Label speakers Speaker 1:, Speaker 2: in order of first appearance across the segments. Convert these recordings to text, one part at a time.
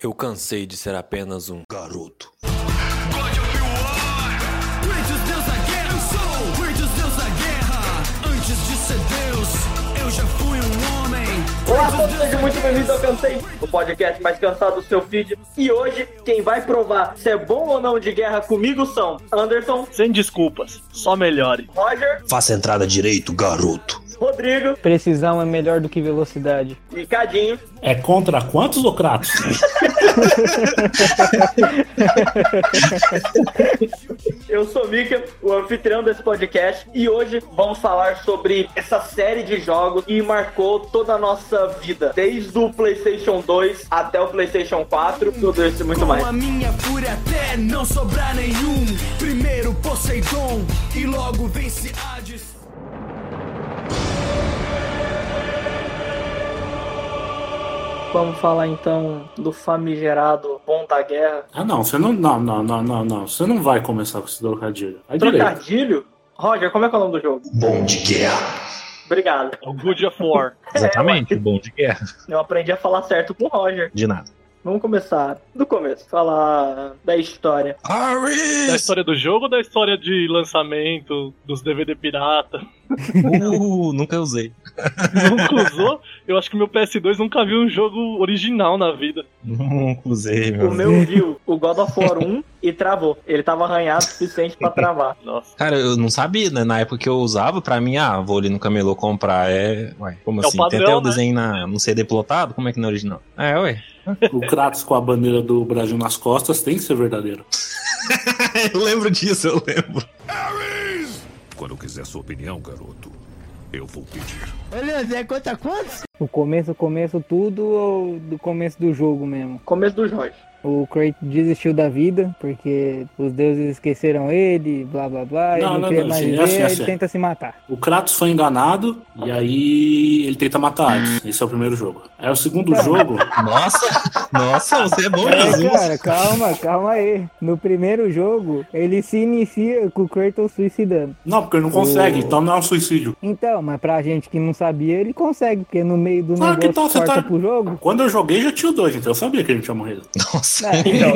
Speaker 1: Eu cansei de ser apenas um garoto.
Speaker 2: God of War. Antes Deus da guerra, eu sou o Antes Deus da guerra. Antes de ser Deus, eu já fui um homem.
Speaker 3: Olá, todos sejam muito bem-vindos ao Cansei, o podcast mais cansado do seu feed. E hoje, quem vai provar se é bom ou não de guerra comigo são Anderson,
Speaker 4: Sem desculpas, só melhore.
Speaker 3: Roger,
Speaker 5: Faça a entrada direito, garoto.
Speaker 3: Rodrigo
Speaker 6: Precisão é melhor do que velocidade.
Speaker 3: e Cadinho.
Speaker 7: É contra quantos Locratos?
Speaker 3: Eu sou o Mika, o anfitrião desse podcast. E hoje vamos falar sobre essa série de jogos que marcou toda a nossa vida. Desde o PlayStation 2 até o PlayStation 4, tudo isso e muito
Speaker 2: Com
Speaker 3: mais.
Speaker 2: a minha fúria até não sobrar nenhum. Primeiro Poseidon e logo vence Hades.
Speaker 3: Vamos falar então do famigerado Bom da Guerra.
Speaker 7: ah, não, você não. Não, não, não, não, não. Você não vai começar com esse trocadilho. Vai É direito.
Speaker 3: Trocadilho? Roger, como é que é o nome do jogo?
Speaker 5: Bom de guerra.
Speaker 3: Obrigado.
Speaker 4: É o Good of War.
Speaker 8: Exatamente, bom de guerra.
Speaker 3: Eu aprendi a falar certo com o Roger.
Speaker 8: De nada.
Speaker 3: Vamos começar do começo, falar da história.
Speaker 4: Da
Speaker 5: Ares!
Speaker 4: É história do jogo ou da história de lançamento dos DVD pirata?
Speaker 8: Uh, nunca usei.
Speaker 4: Nunca usou? Eu acho que meu PS2 nunca viu um jogo original na vida.
Speaker 8: Nunca usei,
Speaker 3: O
Speaker 8: mano.
Speaker 3: meu viu o God of War 1 e travou. Ele tava arranhado o suficiente pra travar.
Speaker 4: Nossa.
Speaker 8: Cara, eu não sabia, né? Na época que eu usava, pra mim, ah, vou ali no camelô comprar. É. Ué, como
Speaker 4: É o
Speaker 8: assim?
Speaker 4: padrão,
Speaker 8: Tem até o
Speaker 4: né?
Speaker 8: desenho na, no CD plotado? Como é que não é original? É, ué.
Speaker 7: Locratos com a bandeira do Brasil nas costas tem que ser verdadeiro.
Speaker 8: eu lembro disso, eu lembro.
Speaker 9: Quando eu quiser sua opinião, garoto, eu vou pedir.
Speaker 6: O começo, o começo tudo ou do começo do jogo mesmo?
Speaker 3: Começo do Roger.
Speaker 6: O Kratos desistiu da vida porque os deuses esqueceram ele, blá blá blá, ele
Speaker 7: Não,
Speaker 6: não,
Speaker 7: não,
Speaker 6: queria
Speaker 7: não,
Speaker 6: mais
Speaker 7: assim,
Speaker 6: viver,
Speaker 7: é assim, é
Speaker 6: aí
Speaker 7: assim.
Speaker 6: ele tenta se matar.
Speaker 7: O Kratos foi enganado e aí ele tenta matar Hades. Esse é o primeiro jogo. Aí o segundo jogo.
Speaker 8: Nossa, nossa, você é bom,
Speaker 7: assim.
Speaker 6: É,
Speaker 8: Jesus.
Speaker 6: cara, calma, calma aí. No primeiro jogo, ele se inicia com o Kratos suicidando.
Speaker 7: Não, porque ele não consegue, então não é um suicídio.
Speaker 6: Então, mas pra gente que não sabia, ele consegue, porque no meio do
Speaker 7: Claro que
Speaker 6: negócio
Speaker 7: tá, você
Speaker 6: corta
Speaker 7: tá-
Speaker 6: pro jogo.
Speaker 7: Quando eu joguei já tinha o dois, então eu sabia que ele não tinha morrido.
Speaker 8: Nossa.
Speaker 3: Então,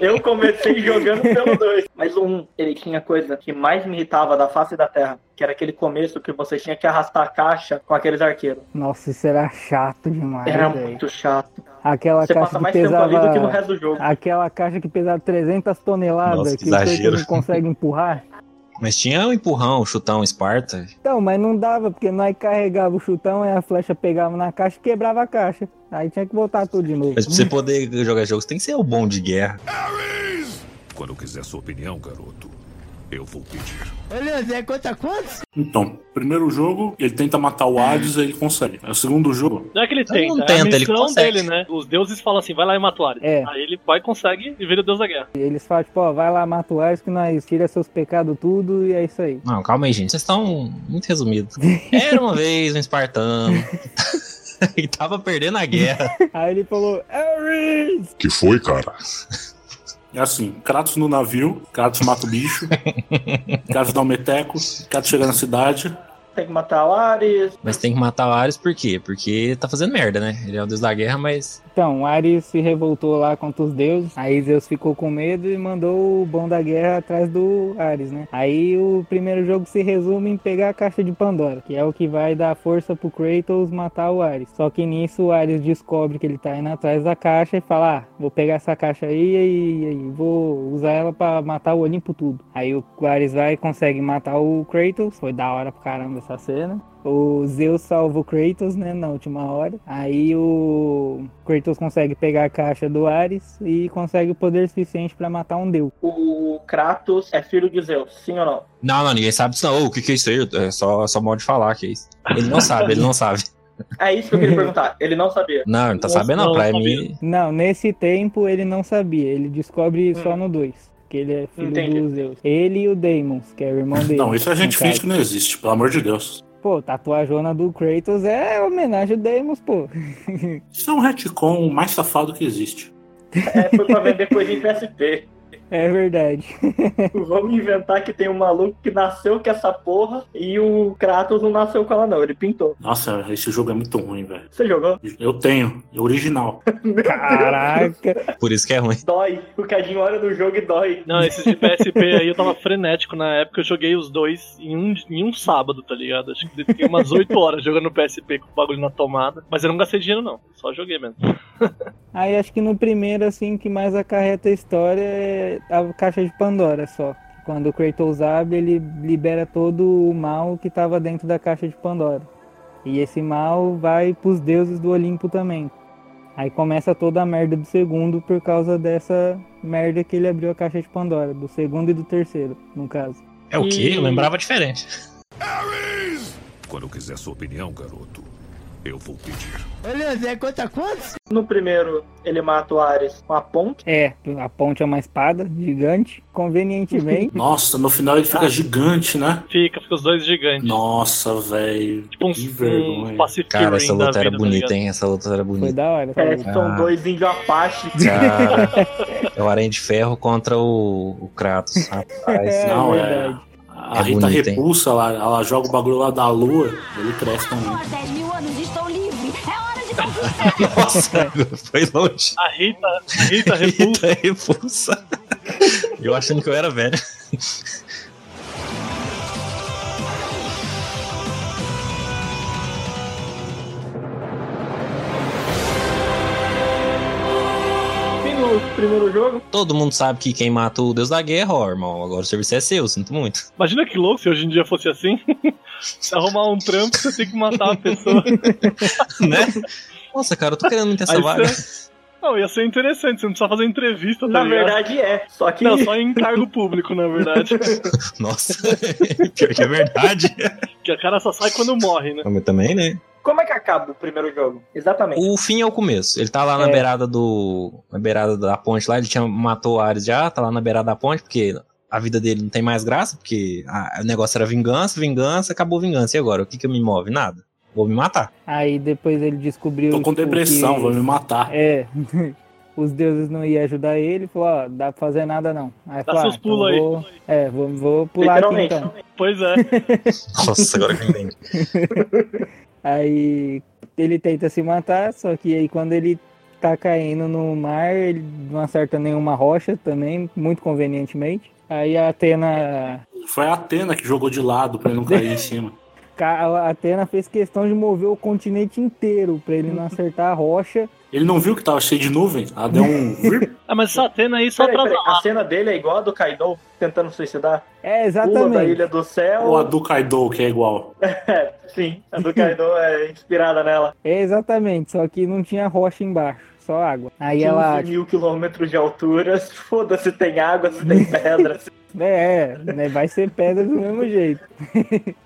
Speaker 3: eu comecei jogando pelo 2. Mas o 1, ele tinha a coisa que mais me irritava da face da terra, que era aquele começo que você tinha que arrastar a caixa com aqueles arqueiros.
Speaker 6: Nossa, isso era chato demais,
Speaker 3: Era
Speaker 6: velho.
Speaker 3: muito chato.
Speaker 6: Aquela
Speaker 3: Você
Speaker 6: caixa
Speaker 3: passa
Speaker 6: que
Speaker 3: mais tempo ali do que no
Speaker 6: pesava...
Speaker 3: resto do jogo.
Speaker 6: Aquela caixa que pesava 300
Speaker 8: Nossa,
Speaker 6: toneladas,
Speaker 8: que
Speaker 6: que o Kratos
Speaker 8: exagero.
Speaker 6: não consegue empurrar.
Speaker 8: Mas tinha um empurrão, um chutão, um Esparta.
Speaker 6: Então, mas não dava, porque nós carregava o chutão e a flecha pegava na caixa e quebrava a caixa. Aí tinha que voltar tudo de novo.
Speaker 8: Mas
Speaker 4: Hum.
Speaker 8: pra você poder jogar jogos, tem que ser o bom de guerra.
Speaker 9: Quando eu quiser sua opinião, garoto, eu vou pedir.
Speaker 7: Então, primeiro jogo, ele tenta matar o Hades e ele consegue. Aí o segundo jogo,
Speaker 4: Não é que ele
Speaker 8: Então não
Speaker 4: tenta, é a
Speaker 8: tenta, ele
Speaker 4: missão
Speaker 8: consegue.
Speaker 4: dele, né? Os deuses falam assim, vai lá e mata o Ares.
Speaker 6: É.
Speaker 4: Aí ele vai, consegue e vira o deus da guerra.
Speaker 6: Eles falam, tipo, ó, vai lá, mata o Ares que nós tira seus pecados tudo e é isso aí.
Speaker 8: Não, calma aí, gente. Vocês estão muito resumidos. Era uma vez um espartano que tava perdendo a guerra.
Speaker 6: Aí ele falou, "É Ares!
Speaker 9: Que foi, cara?
Speaker 7: É assim, Kratos no navio, Kratos mata o bicho, Kratos dá um meteco, Kratos chega na cidade.
Speaker 3: Tem que matar o Ares.
Speaker 8: Mas tem que matar o Ares por quê? Porque tá fazendo merda, né? Ele é o deus da guerra, mas.
Speaker 6: Então, Ares se revoltou lá contra os deuses. Aí Zeus ficou com medo e mandou o bom da guerra atrás do Ares, né? Aí o primeiro jogo se resume em pegar a caixa de Pandora, que é o que vai dar força pro Kratos matar o Ares. Só que nisso o Ares descobre que ele tá indo atrás da caixa e fala: ah, vou pegar essa caixa aí e, e- e vou usar ela pra matar o Olimpo tudo. Aí o Ares vai e consegue matar o Kratos. Foi da hora pra caramba essa cena. O Zeus salva o Kratos, né, na última hora. Aí o Kratos consegue pegar a caixa do Ares e consegue o poder suficiente pra matar um deus.
Speaker 3: O Kratos é filho de Zeus, sim ou não?
Speaker 8: Não, não, ninguém sabe disso, não. Ô, O que, que é isso aí? É só, só modo de falar que é isso. Ele não sabe, ele não sabe.
Speaker 3: É isso que eu queria perguntar. Ele não sabia.
Speaker 8: Não, ele não tá
Speaker 4: Nossa,
Speaker 8: sabendo,
Speaker 4: não,
Speaker 8: não. Pra
Speaker 4: não
Speaker 8: mim.
Speaker 6: Não, nesse tempo ele não sabia, ele descobre só
Speaker 4: Hum.
Speaker 6: no 2, que ele é filho
Speaker 3: Entendi.
Speaker 6: do Zeus. Ele e o Daemons, que é o irmão dele.
Speaker 7: Não, isso a gente
Speaker 6: no caso.
Speaker 7: finge que não existe, pelo amor de Deus.
Speaker 6: Pô, tatuajona do Kratos é homenagem ao Daemons, pô.
Speaker 7: Isso é um retcon mais safado que existe.
Speaker 3: É, foi pra vender coisa em PSP.
Speaker 6: É verdade.
Speaker 3: Vamos inventar que tem um maluco que nasceu com essa porra e o Kratos não nasceu com ela, não. Ele pintou.
Speaker 7: Nossa, esse jogo é muito ruim, velho.
Speaker 3: Você jogou?
Speaker 7: Eu tenho, é original.
Speaker 6: Caraca.
Speaker 8: Por isso que é ruim.
Speaker 3: Dói. O Cadinho olha no jogo e dói.
Speaker 4: Não, esses de PSP aí eu tava frenético na época, eu joguei os dois em um, em um sábado, tá ligado? Acho que fiquei umas 8 horas jogando PSP com o bagulho na tomada. Mas eu não gastei dinheiro, não. Só joguei mesmo.
Speaker 6: Aí acho que no primeiro, assim, que mais acarreta a história é a caixa de Pandora só. Quando o Kratos abre, ele libera todo o mal que estava dentro da caixa de Pandora. E esse mal vai pros deuses do Olimpo também. Aí começa toda a merda do segundo por causa dessa merda que ele abriu a caixa de Pandora, do segundo e do terceiro, no caso.
Speaker 8: É o quê?
Speaker 4: Hum.
Speaker 8: Eu lembrava diferente.
Speaker 9: Quando eu quiser sua opinião, garoto, eu vou pedir.
Speaker 3: No primeiro, ele mata o Ares com a ponte.
Speaker 6: É, a ponte é uma espada gigante, convenientemente.
Speaker 7: Nossa, no final ele
Speaker 6: Ah.
Speaker 7: fica gigante, né?
Speaker 4: Fica, fica os dois gigantes.
Speaker 7: Nossa, velho.
Speaker 4: Tipo
Speaker 6: um
Speaker 4: uns,
Speaker 7: Que
Speaker 4: uns
Speaker 7: vergonha.
Speaker 4: Pacific
Speaker 8: Cara,
Speaker 4: Rim
Speaker 8: essa
Speaker 4: da
Speaker 8: luta era
Speaker 4: vida, tá
Speaker 8: bonita,
Speaker 4: ligado?
Speaker 8: hein? Essa luta era
Speaker 6: Foi
Speaker 8: bonita.
Speaker 6: da hora.
Speaker 3: É,
Speaker 6: cara.
Speaker 3: são dois índio apache.
Speaker 8: Cara, é o Aranha de Ferro contra o, o Kratos. Rapaz,
Speaker 6: É,
Speaker 7: Não, é.
Speaker 6: verdade.
Speaker 7: A
Speaker 8: É
Speaker 7: Rita
Speaker 8: bonito, hein?
Speaker 7: repulsa, ela, ela joga o bagulho lá da lua, ele cresce também.
Speaker 10: 10 mil anos estou livre. É hora de
Speaker 8: nossa, foi longe.
Speaker 4: A Rita, a Rita repulsa.
Speaker 8: Rita repulsa. Eu achando que eu era velho.
Speaker 3: E no primeiro jogo,
Speaker 8: Todo mundo sabe que quem mata o Deus da Guerra, ó, irmão. Agora o serviço é seu, sinto muito.
Speaker 4: Imagina que louco se hoje em dia fosse assim. Se arrumar um trampo, você tem que matar a pessoa.
Speaker 8: Né? Nossa, cara, eu tô querendo muito essa
Speaker 4: Aí
Speaker 8: vaga.
Speaker 4: você- Não, ia ser interessante, você não precisa fazer entrevista, tá
Speaker 3: na
Speaker 4: ligado?
Speaker 3: verdade, é. Só que
Speaker 4: Não, só em cargo público, na verdade.
Speaker 8: Nossa, pior que é verdade.
Speaker 4: que a cara só sai quando morre, né?
Speaker 8: Mas também, né?
Speaker 3: como é que acaba o primeiro jogo? Exatamente.
Speaker 8: O fim é o começo. Ele tá lá na
Speaker 6: É.
Speaker 8: beirada do. Na beirada da ponte lá, ele tinha, matou o Ares já, tá lá na beirada da ponte, porque a vida dele não tem mais graça, porque a- o negócio era vingança, vingança, acabou a vingança. E agora? O que, que me move? Nada. Vou me matar.
Speaker 6: Aí depois ele descobriu.
Speaker 7: Tô com
Speaker 6: tipo,
Speaker 7: depressão,
Speaker 6: que-
Speaker 7: vou me matar.
Speaker 6: É. Os deuses não iam ajudar ele, falou, ó, dá pra fazer nada não. Aí falou,
Speaker 4: seus
Speaker 6: ah, então
Speaker 4: pulos aí.
Speaker 6: vou, É, vou, vou pular aqui
Speaker 3: Literalmente.
Speaker 6: então.
Speaker 4: Pois é.
Speaker 8: Nossa, agora que eu entendi.
Speaker 6: Aí ele tenta se matar, só que aí quando ele tá caindo no mar, ele não acerta nenhuma rocha também, muito convenientemente. Aí a Atena,
Speaker 7: Foi a Atena que jogou de lado pra ele não cair em cima.
Speaker 6: ca- a Atena fez questão de mover o continente inteiro pra ele não acertar a rocha.
Speaker 7: Ele não viu que tava cheio de nuvem? Ela deu um. vir-
Speaker 4: Ah, mas essa Atena aí só
Speaker 3: Peraí,
Speaker 4: atrasa
Speaker 3: peraí,
Speaker 4: a
Speaker 3: A cena dele é igual a do Kaido tentando suicidar.
Speaker 6: É,
Speaker 3: Pula da
Speaker 6: exatamente.
Speaker 3: Ilha do Céu.
Speaker 7: Ou a do Kaido, que é igual.
Speaker 3: É, sim, a do Kaido é inspirada nela.
Speaker 6: É, exatamente, só que não tinha rocha embaixo, só água. Aí
Speaker 3: 15
Speaker 6: ela
Speaker 3: mil quilômetros de altura. Foda-se, tem água, se tem pedra. se-
Speaker 6: É, é, né, vai ser pedra do mesmo jeito.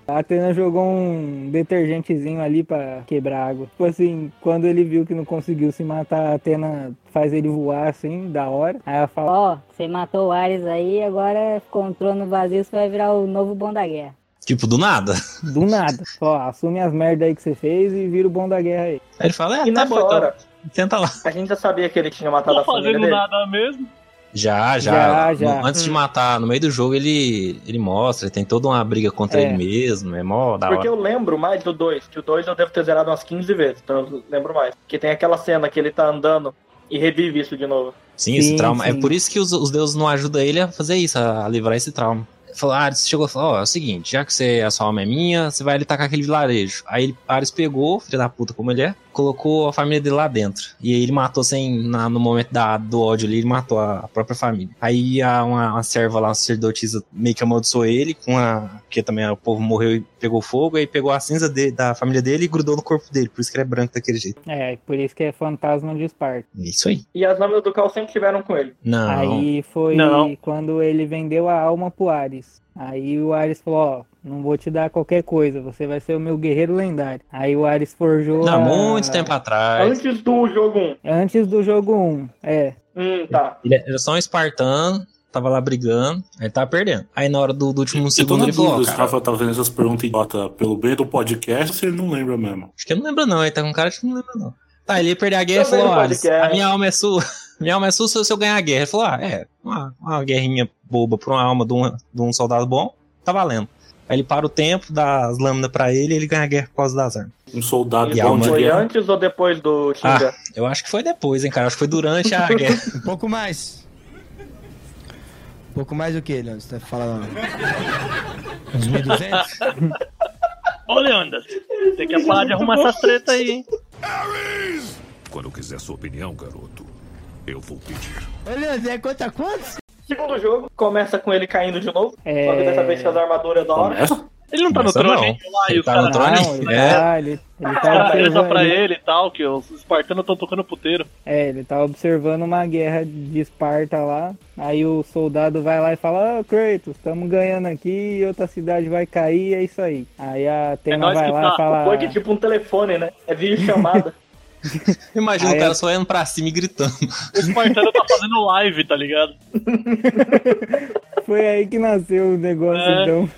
Speaker 6: A Atena jogou um detergentezinho ali pra quebrar água. Tipo assim, quando ele viu que não conseguiu se matar, a Atena faz ele voar assim, da hora. Aí ela fala:
Speaker 10: Ó, você matou o Ares aí, agora ficou um trono vazio, você vai virar o novo bom da guerra.
Speaker 8: Tipo, do nada.
Speaker 6: do nada, ó, assume as merdas aí que você fez e vira o bom da guerra aí.
Speaker 8: Aí ele fala:
Speaker 3: E
Speaker 8: é, tá
Speaker 3: nessa
Speaker 8: bom, então.
Speaker 3: hora,
Speaker 8: Tenta lá.
Speaker 3: a gente já sabia que ele tinha matado
Speaker 4: Tô
Speaker 3: a família
Speaker 4: tá fazendo
Speaker 3: dele.
Speaker 4: nada mesmo.
Speaker 8: Já, já.
Speaker 6: Já,
Speaker 8: No-
Speaker 6: já.
Speaker 8: Antes de matar, no meio do jogo, ele, ele mostra, ele tem toda uma briga contra
Speaker 6: É.
Speaker 8: ele mesmo. É mó da
Speaker 3: Porque
Speaker 8: hora.
Speaker 3: eu lembro mais do 2, que o 2 eu devo ter zerado umas 15 vezes, então eu lembro mais. Que tem aquela cena que ele tá andando e revive isso de novo.
Speaker 8: Sim, esse
Speaker 6: Sim,
Speaker 8: trauma. É
Speaker 6: sim.
Speaker 8: por isso que os, os deuses não ajudam ele a fazer isso, a, a livrar esse trauma. Falou, Ares chegou e falou: Ó, é o seguinte, já que você, a sua alma é minha, você vai ali tacar aquele vilarejo. Aí ele, Ares pegou, filho da puta como ele é, colocou a família dele lá dentro. E aí ele matou sem. na- no momento da, do ódio ali, ele matou a própria família. Aí a, uma, uma serva lá, uma sacerdotisa, meio que amaldiçoou ele, com a. Porque também o povo morreu e pegou fogo, aí pegou a cinza de- da família dele e grudou no corpo dele, por isso que ele é branco daquele jeito. É
Speaker 6: É, por isso que é fantasma de Esparta.
Speaker 8: Isso aí.
Speaker 3: E as nomes do Cal sempre tiveram com ele.
Speaker 8: Não.
Speaker 6: Aí foi
Speaker 4: Não.
Speaker 6: quando ele vendeu a alma pro Ares. Aí o Ares falou: Ó, não vou te dar qualquer coisa, você vai ser o meu guerreiro lendário. Aí o Ares forjou.
Speaker 8: Não,
Speaker 6: a-
Speaker 8: muito tempo atrás.
Speaker 3: Antes do jogo 1.
Speaker 6: Antes do jogo 1, é.
Speaker 3: Hum, tá.
Speaker 8: Ele era só um espartano, tava lá brigando, aí tava perdendo. Aí na hora do, do último
Speaker 7: Eu tô
Speaker 8: segundo
Speaker 7: na
Speaker 8: ele falou,
Speaker 7: dúvida
Speaker 8: ó,
Speaker 7: se o
Speaker 8: cara,
Speaker 7: Rafa tá fazendo essas perguntas idiota pelo bem do podcast se ele não lembra mesmo.
Speaker 8: acho que eu não lembro não, ele tá com cara de que não lembra não. Tá, ele ia perder a guerra e
Speaker 3: Também
Speaker 8: falou,
Speaker 3: no
Speaker 8: ó, Alice,
Speaker 3: podcast.
Speaker 8: a minha alma é sua. Minha alma é sua se eu ganhar a guerra. Ele falou, ah, é, uma, uma guerrinha boba por uma alma de um, de um soldado bom, tá valendo. Aí ele para o tempo, dá as lâminas pra ele e ele ganha a guerra por causa das armas.
Speaker 7: Um
Speaker 6: Ah,
Speaker 7: soldado
Speaker 8: E a
Speaker 7: bom
Speaker 8: alma
Speaker 7: de
Speaker 3: Foi
Speaker 7: guerra.
Speaker 3: antes ou depois do Xinga?
Speaker 8: Ah, eu acho que foi depois, hein, cara? Acho que foi durante a guerra.
Speaker 11: Um pouco mais. Um pouco mais do que, Leandro? Você tá falando. Uns 1200?
Speaker 4: Ô, Leandro, tem que parar de arrumar essas tretas aí, hein?
Speaker 9: Quando eu quiser sua opinião, garoto, eu vou pedir.
Speaker 11: Ô, Leandro, é quanto a quantos?
Speaker 3: Segundo jogo, começa com ele caindo de novo.
Speaker 6: É.
Speaker 3: Só que dessa vez com as armaduras da hora.
Speaker 7: Começa?
Speaker 4: Ele não tá
Speaker 8: Começa
Speaker 4: no
Speaker 8: não.
Speaker 4: trono, hein? Lá, e
Speaker 8: Ele
Speaker 4: os
Speaker 8: tá
Speaker 4: caras
Speaker 8: no trono, É.
Speaker 6: Não, ele
Speaker 4: é.
Speaker 6: tá, ele, ele tá
Speaker 4: tá
Speaker 6: observando.
Speaker 4: presa pra ele e tal, que os espartanos estão tocando puteiro.
Speaker 6: É, ele tá observando uma guerra de Esparta lá. Aí o soldado vai lá e fala: Ô Kratos, estamos ganhando aqui, outra cidade vai cair, é isso aí. Aí a Atena
Speaker 4: nós
Speaker 6: vai
Speaker 4: que
Speaker 6: lá
Speaker 4: tá.
Speaker 6: e fala:
Speaker 3: Foi que tipo um telefone, né? É vídeo chamada.
Speaker 8: Imagina
Speaker 6: Aí
Speaker 8: o cara
Speaker 6: eu-
Speaker 8: só indo pra cima e gritando.
Speaker 4: O espartano tá fazendo live, tá ligado?
Speaker 6: Foi aí que nasceu o negócio,
Speaker 4: É.
Speaker 6: então.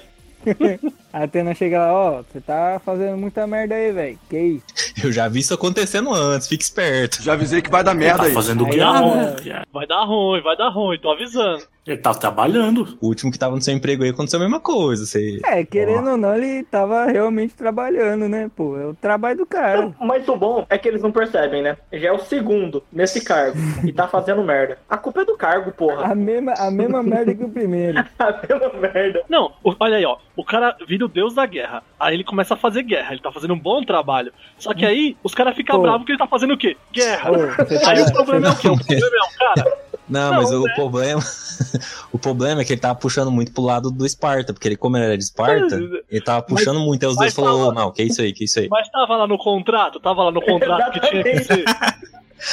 Speaker 6: a Atena chega lá: Ó, você tá fazendo muita merda aí, velho. Que isso?
Speaker 8: Eu já vi isso acontecendo antes, fica esperto.
Speaker 12: Já avisei que vai dar merda
Speaker 7: Tá
Speaker 12: aí.
Speaker 7: fazendo o
Speaker 6: Aí
Speaker 7: que
Speaker 6: ela-
Speaker 7: aonde?
Speaker 4: Vai dar ruim, vai dar ruim, tô avisando.
Speaker 7: Ele tá trabalhando.
Speaker 8: O último que tava no seu emprego aí aconteceu a mesma coisa. Você...
Speaker 6: É, querendo ou não, ele tava realmente trabalhando, né? Pô, é o trabalho do cara.
Speaker 3: Mas o bom é que eles não percebem, né? Já é o segundo nesse cargo e tá fazendo merda. A culpa é do cargo, porra.
Speaker 6: A mesma, a mesma merda que o primeiro.
Speaker 3: Tá fazendo merda.
Speaker 4: Não, o- olha aí, ó. O cara vira o deus da guerra. Aí ele começa a fazer guerra. Ele tá fazendo um bom trabalho. Só que aí os caras ficam
Speaker 6: Hum. Pô.
Speaker 4: bravos que ele tá fazendo o quê? Guerra.
Speaker 6: Ô, você tá-
Speaker 4: Aí o problema é o quê? O problema é o cara.
Speaker 8: Não, né? mas o problema. o problema é que ele tava puxando muito pro lado do Esparta, porque ele, como ele era de Esparta, ele tava puxando muito. Aí os
Speaker 4: mas
Speaker 8: dois falaram,
Speaker 4: tava-
Speaker 8: "Ô, não, que isso aí, que isso aí.
Speaker 4: Mas tava lá no contrato, tava lá no contrato que tinha que ser.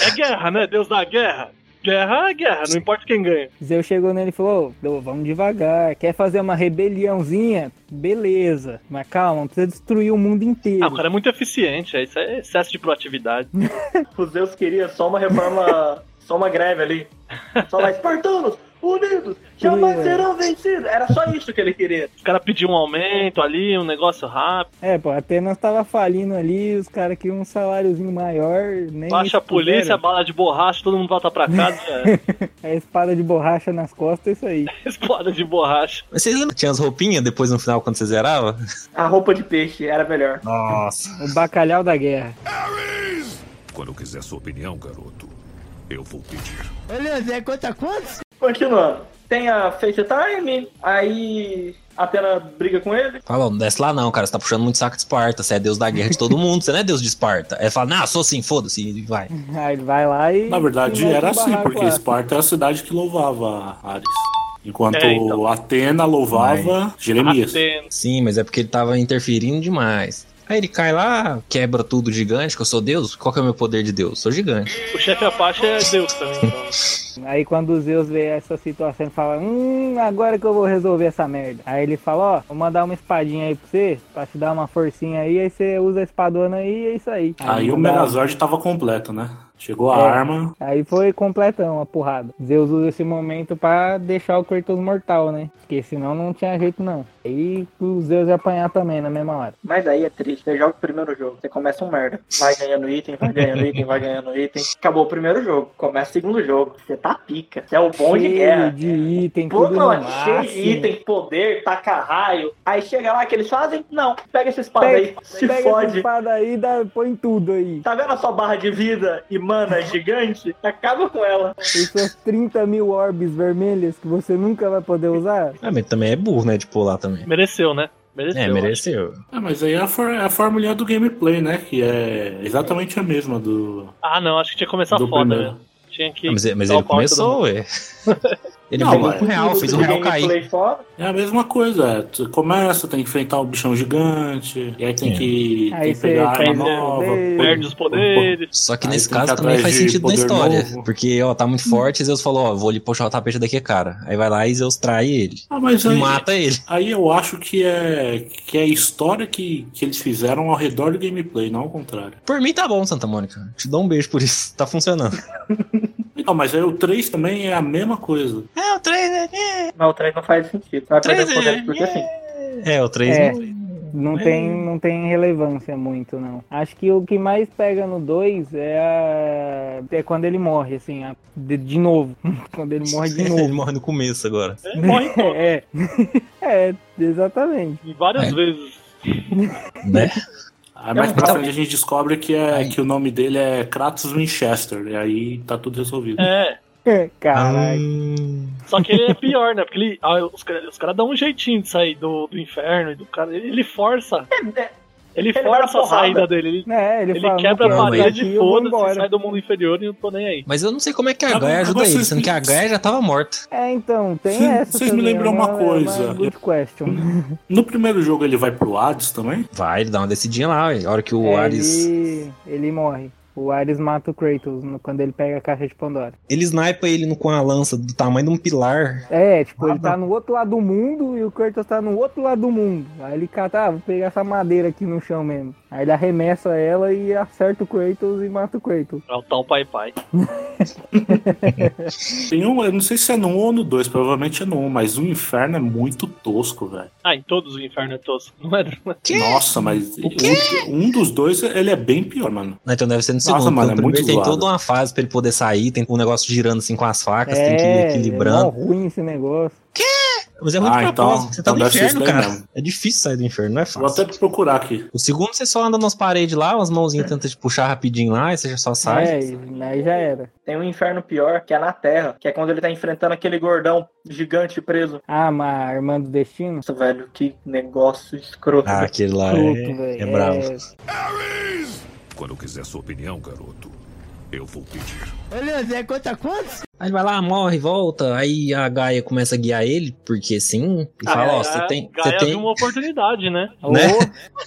Speaker 4: É guerra, né? Deus da guerra. Guerra é guerra, não importa quem ganha.
Speaker 6: Zeus chegou nele e falou: "Ô, vamos devagar. Quer fazer uma rebeliãozinha? Beleza. Mas calma, não precisa destruir o mundo inteiro.
Speaker 4: Ah, o cara é muito eficiente, é, isso é excesso de proatividade.
Speaker 3: Os Zeus queria só uma reforma, só uma greve ali. Só lá, espartanos, unidos, jamais
Speaker 6: Ui.
Speaker 3: serão vencidos. Era só isso que ele queria.
Speaker 4: Os caras pediam um aumento ali, um negócio rápido,
Speaker 6: É, pô, Atenas tava falindo ali, os caras queriam um saláriozinho maior. Nem isso
Speaker 4: baixa a polícia,
Speaker 6: fizeram.
Speaker 4: bala de borracha, todo mundo volta pra casa, já é.
Speaker 6: A espada de borracha nas costas, isso aí.
Speaker 4: espada de borracha.
Speaker 8: Mas vocês lembram que tinha as roupinhas depois no final quando você zerava?
Speaker 3: A roupa de peixe era melhor.
Speaker 8: Nossa.
Speaker 6: O bacalhau da guerra.
Speaker 9: Quando eu quiser sua opinião, garoto, eu vou pedir.
Speaker 11: Ô, Leandro, é quanto a quantos?
Speaker 3: Continuando. Tem a FaceTime, aí a Atena briga com ele.
Speaker 8: Fala, "Ó, não desce lá não, cara. Você tá puxando muito saco de Esparta. Você é deus da guerra de todo mundo, você não é deus de Esparta. Aí ele fala, não, sou sim, foda-se, e vai.
Speaker 6: Aí ele vai lá e.
Speaker 7: Na verdade,
Speaker 6: e vai
Speaker 7: era
Speaker 6: pro
Speaker 7: assim,
Speaker 6: barraco é.
Speaker 7: porque
Speaker 6: lá.
Speaker 7: Esparta era a cidade que louvava Ares. Enquanto
Speaker 4: É, então.
Speaker 7: Atena louvava Jeremias.
Speaker 4: Atena.
Speaker 8: Sim, mas é porque ele tava interferindo demais. Aí ele cai lá, quebra tudo gigante, que eu sou deus. Qual que é o meu poder de deus? Sou gigante.
Speaker 4: O chefe Apache é Deus também. então.
Speaker 6: Aí quando o Zeus vê essa situação, ele fala: Hum, agora que eu vou resolver essa merda. Aí ele fala: Ó, vou mandar uma espadinha aí pra você, pra te dar uma forcinha aí. Aí você usa a espadona aí e é isso aí.
Speaker 7: Aí o
Speaker 6: manda-
Speaker 7: Megazord tava completo, né? Chegou a
Speaker 6: É.
Speaker 7: arma.
Speaker 6: Aí foi completão a porrada. Zeus usa esse momento pra deixar o Kratos mortal, né? Porque senão não tinha jeito não. Aí o Zeus ia apanhar também na mesma hora.
Speaker 3: Mas aí é triste, você joga o primeiro jogo, você começa um merda. Vai ganhando item, vai ganhando item, vai ganhando item. Acabou o primeiro jogo, começa o segundo jogo. Você tá pica, você é o bom de
Speaker 6: Cheio
Speaker 3: guerra.
Speaker 6: de item,
Speaker 3: Pô,
Speaker 6: tudo no
Speaker 3: mano, cheio
Speaker 6: máximo.
Speaker 3: de item, poder, taca raio. Aí chega lá que eles fazem, não, pega essa espada aí,
Speaker 6: Pega,
Speaker 3: se
Speaker 6: pega essa
Speaker 3: fode.
Speaker 6: espada aí e dá- põe tudo aí.
Speaker 3: Tá vendo a sua barra de vida e mana gigante? Acaba com ela.
Speaker 6: E suas 30 mil orbes vermelhas que você nunca vai poder usar?
Speaker 8: Ah, mas também é burro, né, de pular também.
Speaker 4: Mereceu, né? Mereceu.
Speaker 8: É, mereceu.
Speaker 7: É, mas aí é a, for- é a formulinha do gameplay, né? Que é exatamente a mesma do,
Speaker 4: Ah, não, acho que tinha que começar
Speaker 7: do
Speaker 4: foda,
Speaker 7: primeiro.
Speaker 4: né? Tinha que.
Speaker 8: Ah, Mas, mas
Speaker 4: dar o
Speaker 8: ele
Speaker 4: pau em todo mundo.
Speaker 8: começou, ué. Ele
Speaker 7: Não,
Speaker 8: pegou
Speaker 7: mas-
Speaker 8: um real, fez um real cair.
Speaker 3: Gameplay fora.
Speaker 7: É a mesma coisa, é. Tu começa, tem que enfrentar o bichão gigante, e aí
Speaker 8: É.
Speaker 7: tem que, tem
Speaker 6: Aí
Speaker 7: que
Speaker 6: você
Speaker 7: pegar a arma
Speaker 6: perde o
Speaker 7: nova.
Speaker 6: poder.
Speaker 4: Perde os poderes.
Speaker 8: Só que
Speaker 7: Aí
Speaker 8: nesse
Speaker 7: tem que ir
Speaker 8: caso também
Speaker 7: atrás
Speaker 8: faz
Speaker 7: de
Speaker 8: sentido na
Speaker 7: poder
Speaker 8: história.
Speaker 7: novo.
Speaker 8: Porque, ó, tá muito forte, Zeus falou, ó, vou lhe puxar o tapete daqui, cara. Aí vai lá e Zeus trai ele.
Speaker 7: Ah, mas
Speaker 8: E
Speaker 7: aí,
Speaker 8: mata ele.
Speaker 7: aí eu acho que é, que é a história que, que eles fizeram ao redor do gameplay, não ao contrário.
Speaker 8: Por mim tá bom, Santa Mônica. Te dou um beijo por isso. Tá funcionando.
Speaker 7: Não, Então, mas aí o 3 também é a mesma coisa.
Speaker 8: É, o 3 é.
Speaker 3: Não, o 3 não faz sentido. Vai perder
Speaker 8: Três
Speaker 3: o poder
Speaker 8: é-
Speaker 3: porque assim.
Speaker 8: É, o 3
Speaker 6: É.
Speaker 8: não.
Speaker 6: não, tem, não tem relevância muito, não. Acho que o que mais pega no 2 é, a... é quando ele morre, assim, a- de, de novo. quando ele morre de novo.
Speaker 8: Ele morre no começo agora.
Speaker 4: morre, pô.
Speaker 6: É. é, exatamente.
Speaker 4: Várias vezes.
Speaker 8: Né?
Speaker 7: Aí mais pra
Speaker 8: Então-
Speaker 7: frente a gente descobre que, é, que o nome dele é Kratos Winchester, e aí tá tudo resolvido.
Speaker 4: É.
Speaker 6: Caralho.
Speaker 8: Hum,
Speaker 4: Só que ele é pior, né? Porque ele, ah, os, cara- os caras dão um jeitinho de sair do, do inferno e do cara. Ele, ele força.
Speaker 3: é,
Speaker 4: Ele,
Speaker 6: ele
Speaker 4: força
Speaker 6: dá
Speaker 4: a
Speaker 6: porrada.
Speaker 4: saída dele.
Speaker 7: Hum.
Speaker 4: Ele,
Speaker 6: É, ele fala,
Speaker 4: quebra
Speaker 6: "Não
Speaker 4: a
Speaker 6: quero
Speaker 4: parede
Speaker 6: daqui,
Speaker 4: e
Speaker 6: eu vou
Speaker 4: foda-se,
Speaker 6: embora."
Speaker 4: sai do mundo inferior e não tô nem aí.
Speaker 8: Mas eu não sei como é que a Gaia ajuda ele, sendo que a Gaia já tava morta.
Speaker 6: É, então, tem
Speaker 7: Vocês-
Speaker 6: essa.
Speaker 7: vocês me
Speaker 6: também,
Speaker 7: lembram
Speaker 6: é
Speaker 7: uma
Speaker 6: É
Speaker 7: coisa.
Speaker 6: uma good question.
Speaker 7: No primeiro jogo ele vai pro Hades também?
Speaker 8: Vai, ele dá uma descidinha lá, ué. a hora que o
Speaker 6: É,
Speaker 8: Ares.
Speaker 6: Ele, ele morre. O Ares mata o Kratos no- quando ele pega a caixa de Pandora.
Speaker 8: Ele snipa ele no- com a lança do tamanho de um pilar.
Speaker 6: É, tipo, ele tá no outro lado do mundo e o Kratos tá no outro lado do mundo. Aí ele cata, ah, vou pegar essa madeira aqui no chão mesmo. Aí ele arremessa ela e acerta o Kratos e mata o Kratos.
Speaker 4: É o tal Pai Pai.
Speaker 7: Tem um, eu não sei se é no 1 ou no 2, provavelmente é no 1, mas o inferno é muito tosco, velho.
Speaker 4: Ah, em todos o inferno é tosco. Não é? não é?
Speaker 7: Nossa, mas um, um dos dois ele é bem pior, mano.
Speaker 8: Né, Então deve ser no
Speaker 7: Nossa,
Speaker 8: segundo. porque
Speaker 7: mano,
Speaker 8: no
Speaker 7: é
Speaker 8: primeiro
Speaker 7: muito
Speaker 8: tem
Speaker 7: zoado.
Speaker 8: toda uma fase pra ele poder sair, tem um negócio girando assim com as facas, tem que
Speaker 6: é,
Speaker 8: ir
Speaker 6: É mó
Speaker 8: equilibrando.
Speaker 6: ruim esse negócio.
Speaker 8: Mas é muito
Speaker 7: Ah, então-
Speaker 8: propósito, você tá
Speaker 7: então
Speaker 8: no
Speaker 7: deve ser
Speaker 8: inferno,
Speaker 7: isso daí
Speaker 8: cara.
Speaker 7: mesmo.
Speaker 8: É difícil sair do inferno, não é
Speaker 7: Vou
Speaker 8: fácil.
Speaker 7: até É. procurar aqui.
Speaker 8: O segundo você só anda nas paredes lá, umas mãozinhas tenta te puxar rapidinho lá, e você já só sai.
Speaker 6: É, e- aí já era.
Speaker 3: Tem um inferno pior, que é na Terra, que é quando ele tá enfrentando aquele gordão gigante preso.
Speaker 6: Ah, mas a irmã do destino?
Speaker 3: Nossa, velho, que negócio escroto.
Speaker 8: Ah, aquele lá é-
Speaker 6: Escroto, velho.
Speaker 8: é bravo.
Speaker 9: Quando eu quiser sua opinião, garoto, eu vou pedir.
Speaker 11: Ô, Leandro, é conta quantos?
Speaker 8: Aí ele vai lá, morre, volta. Aí a Gaia começa a guiar ele, porque sim. E
Speaker 7: Ah,
Speaker 8: fala,
Speaker 7: é,
Speaker 8: ó, você
Speaker 4: Gaia-
Speaker 8: tem. Você
Speaker 4: Ah, Gaia
Speaker 8: tem.
Speaker 4: viu uma oportunidade, né?
Speaker 8: Né?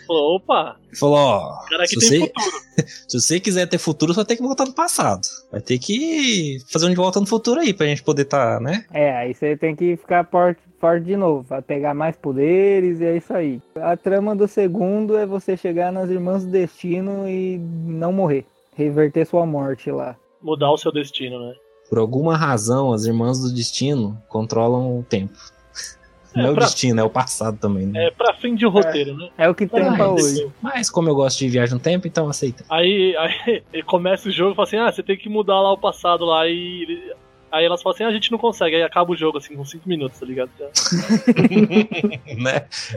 Speaker 4: Falou, opa,
Speaker 8: Falou, ó.
Speaker 4: Cara, aqui
Speaker 8: Se
Speaker 4: tem
Speaker 8: você, se você quiser ter futuro, você vai ter que voltar no passado. Vai ter que fazer um de volta no futuro aí pra gente poder tá, né?
Speaker 6: É, aí você tem que ficar forte, forte de novo, vai pegar mais poderes e é isso aí. A trama do segundo é você chegar nas Irmãs do Destino e não morrer. Reverter sua morte lá.
Speaker 4: mudar o seu destino, né?
Speaker 8: Por alguma razão, as irmãs do destino controlam o tempo.
Speaker 4: É,
Speaker 8: Não é o
Speaker 4: pra-
Speaker 8: destino, é o passado também, né?
Speaker 4: É pra fim de roteiro, né?
Speaker 6: É o que tem pra
Speaker 8: mas,
Speaker 6: hoje.
Speaker 8: mas como eu gosto de viagem no tempo, então aceita.
Speaker 4: Aí, aí ele começa o jogo e fala assim: ah, você tem que mudar lá o passado lá e. ele- Aí elas falam assim: ah, a gente não consegue. Aí acaba o jogo assim, com 5 minutos, tá ligado?
Speaker 8: né?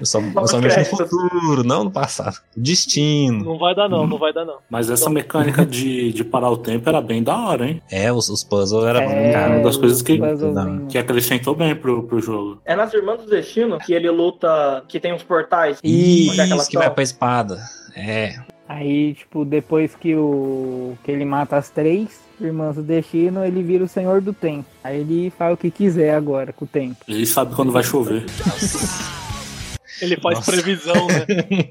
Speaker 8: Eu só, eu só mexo no futuro, não no passado. Destino.
Speaker 4: Não vai dar não, não vai dar não.
Speaker 7: Mas essa mecânica de, de parar o tempo era bem da hora, hein?
Speaker 8: É, os, os puzzles eram
Speaker 6: É,
Speaker 7: Cara, uma das coisas que,
Speaker 6: puzzlezinho.
Speaker 7: que é acrescentou bem pro, pro jogo.
Speaker 3: É nas Irmãs do Destino que ele luta, que tem uns portais.
Speaker 8: Isso,
Speaker 3: onde é que elas
Speaker 8: que vai
Speaker 3: estão?
Speaker 8: pra espada. É.
Speaker 6: Aí, tipo, depois que, o, que ele mata as três Irmãs do Destino, ele vira o Senhor do Tempo. Aí ele faz o que quiser agora com o tempo.
Speaker 7: Ele sabe quando vai chover.
Speaker 4: Ele faz
Speaker 8: Nossa.
Speaker 4: previsão, né?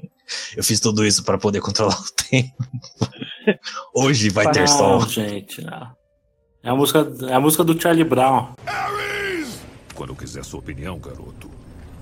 Speaker 8: Eu fiz tudo isso pra poder controlar o tempo. Hoje vai ter sol.
Speaker 7: Não, Ah, gente. não. É a música, é a música do Charlie Brown.
Speaker 9: Quando eu quiser sua opinião, garoto,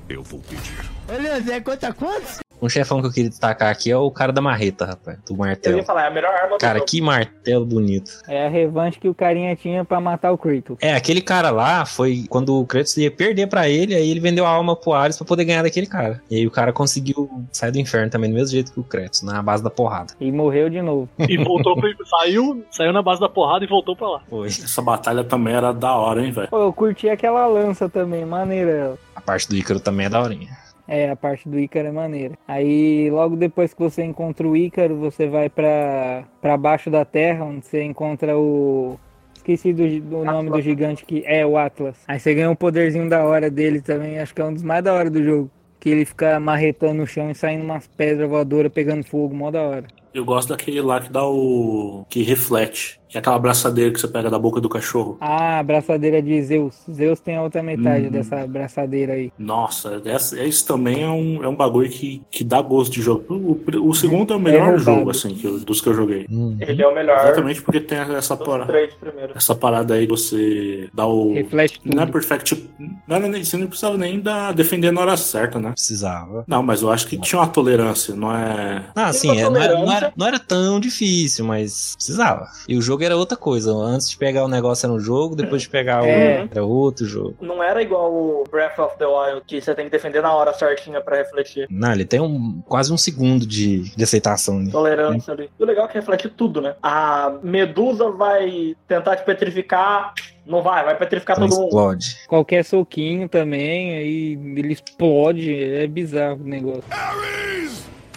Speaker 9: eu vou pedir.
Speaker 11: Ô, Leandro, é conta quantos?
Speaker 8: Um chefão que eu queria destacar aqui é o cara da marreta, rapaz, do
Speaker 3: Eu ia
Speaker 8: martelo.
Speaker 3: falar, é a melhor arma
Speaker 8: Cara,
Speaker 3: do jogo.
Speaker 8: que martelo bonito.
Speaker 6: É a revanche que o carinha tinha pra matar o Kratos.
Speaker 8: É, aquele cara lá foi quando o Kratos ia perder pra ele, aí ele vendeu a alma pro Ares pra poder ganhar daquele cara. E aí o cara conseguiu sair do inferno também, do mesmo jeito que o Kratos, na base da porrada.
Speaker 6: E morreu de novo.
Speaker 4: E voltou pro... saiu, saiu na base da porrada e voltou pra lá.
Speaker 8: Foi.
Speaker 7: Essa batalha também era da hora, hein, velho?
Speaker 6: Pô, eu curti aquela lança também, maneira ela.
Speaker 8: A parte do Ícaro também é daorinha.
Speaker 6: É, a parte do Ícaro é maneira. Aí, logo depois que você encontra o Ícaro, você vai pra, pra baixo da terra, onde você encontra o. Esqueci do, gi- do nome do gigante que é o Atlas. Aí você ganha um poderzinho da hora dele também, acho que é um dos mais da hora do jogo. Que ele fica marretando no chão e saindo umas pedras voadoras pegando fogo, mó da hora.
Speaker 7: Eu gosto daquele lá que dá o. que reflete. Que é aquela abraçadeira que você pega da boca do cachorro.
Speaker 6: Ah, a abraçadeira de Zeus. Zeus tem a outra metade
Speaker 7: Hum.
Speaker 6: dessa abraçadeira aí.
Speaker 7: Nossa, essa- esse também é um, é um bagulho que, que dá gosto de jogo. O, o- o segundo é o melhor
Speaker 6: roubado.
Speaker 7: jogo, assim, que eu- dos que eu joguei.
Speaker 3: Ele é o melhor.
Speaker 7: Exatamente porque tem essa
Speaker 3: Os
Speaker 7: parada.
Speaker 3: três primeiros.
Speaker 7: Essa parada aí, você dá o.
Speaker 6: Reflete tudo.
Speaker 7: Não é perfect. Não era nem, você não precisava nem dar, defender na hora certa, né?
Speaker 8: Precisava.
Speaker 7: Não, mas eu acho que tinha uma tolerância, não é.
Speaker 8: Ah,
Speaker 3: Tem
Speaker 8: sim,
Speaker 3: uma
Speaker 8: é, não, era, não
Speaker 3: tolerância.
Speaker 8: era- não era tão difícil, mas precisava. E o jogo jogo era outra coisa. Antes de pegar o negócio era um jogo, depois de pegar
Speaker 3: É.
Speaker 8: o era outro jogo.
Speaker 3: Não era igual o Breath of the Wild, que você tem que defender na hora certinha pra refletir.
Speaker 8: Não, ele tem um, quase um segundo de, de aceitação. Né?
Speaker 3: Tolerância ali. E o legal é que reflete tudo, né? A medusa vai tentar te petrificar, não vai, vai petrificar
Speaker 8: Então
Speaker 3: todo mundo.
Speaker 8: explode.
Speaker 6: Qualquer soquinho também, aí ele explode, é bizarro o negócio.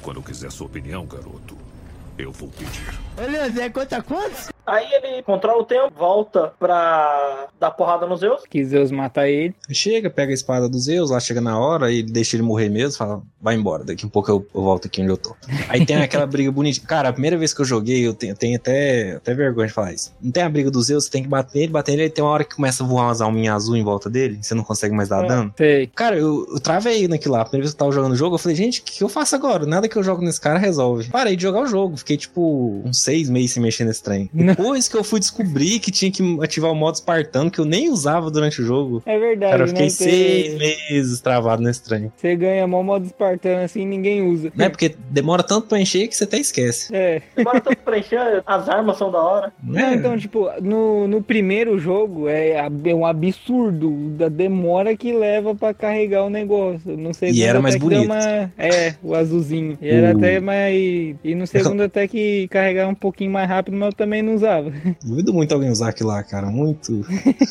Speaker 9: Quando eu quiser sua opinião, garoto, eu vou pedir.
Speaker 11: Olha, Zé, é conta quantos?
Speaker 3: Aí ele controla o tempo, volta pra dar porrada nos Zeus.
Speaker 6: Que Zeus matar ele.
Speaker 8: Chega, pega a espada do Zeus, lá chega na hora e deixa ele morrer mesmo, fala, vai embora, daqui a pouco eu, eu volto aqui onde eu tô. Aí tem aquela briga bonitinha. Cara, a primeira vez que eu joguei, eu tenho, eu tenho até, até vergonha de falar isso. Não tem a briga do Zeus, você tem que bater nele, bater nele, aí tem uma hora que começa a voar umas alminhas azul em volta dele, você não consegue mais dar
Speaker 6: É,
Speaker 8: dano. Cara, eu, eu travei naquilo lá. A primeira vez que eu tava jogando o jogo, eu falei, gente, o que eu faço agora? Nada que eu jogo nesse cara resolve. Parei de jogar o jogo, fiquei tipo uns seis meses sem mexer nesse trem. Depois que eu fui descobrir que tinha que ativar o modo espartano, que eu nem usava durante o jogo.
Speaker 6: É verdade,
Speaker 8: Cara, eu
Speaker 6: né?
Speaker 8: fiquei
Speaker 6: Você-
Speaker 8: seis meses travado nesse trem.
Speaker 6: Você ganha mó modo espartano assim ninguém usa.
Speaker 8: Né? Porque demora tanto pra encher que você até esquece. é?
Speaker 6: É.
Speaker 3: Agora tanto preencher, as armas são da hora.
Speaker 6: Não, então, tipo, no, no primeiro jogo é ab- é um absurdo da demora que leva pra carregar o negócio. No segundo
Speaker 8: era mais
Speaker 6: até que deu
Speaker 8: bonito.
Speaker 6: uma- é, o azulzinho. E era
Speaker 8: O-
Speaker 6: até mais. E no segundo até que carregava um pouquinho mais rápido, mas eu também não usava.
Speaker 8: Duvido muito alguém usar aquilo lá, cara. Muito.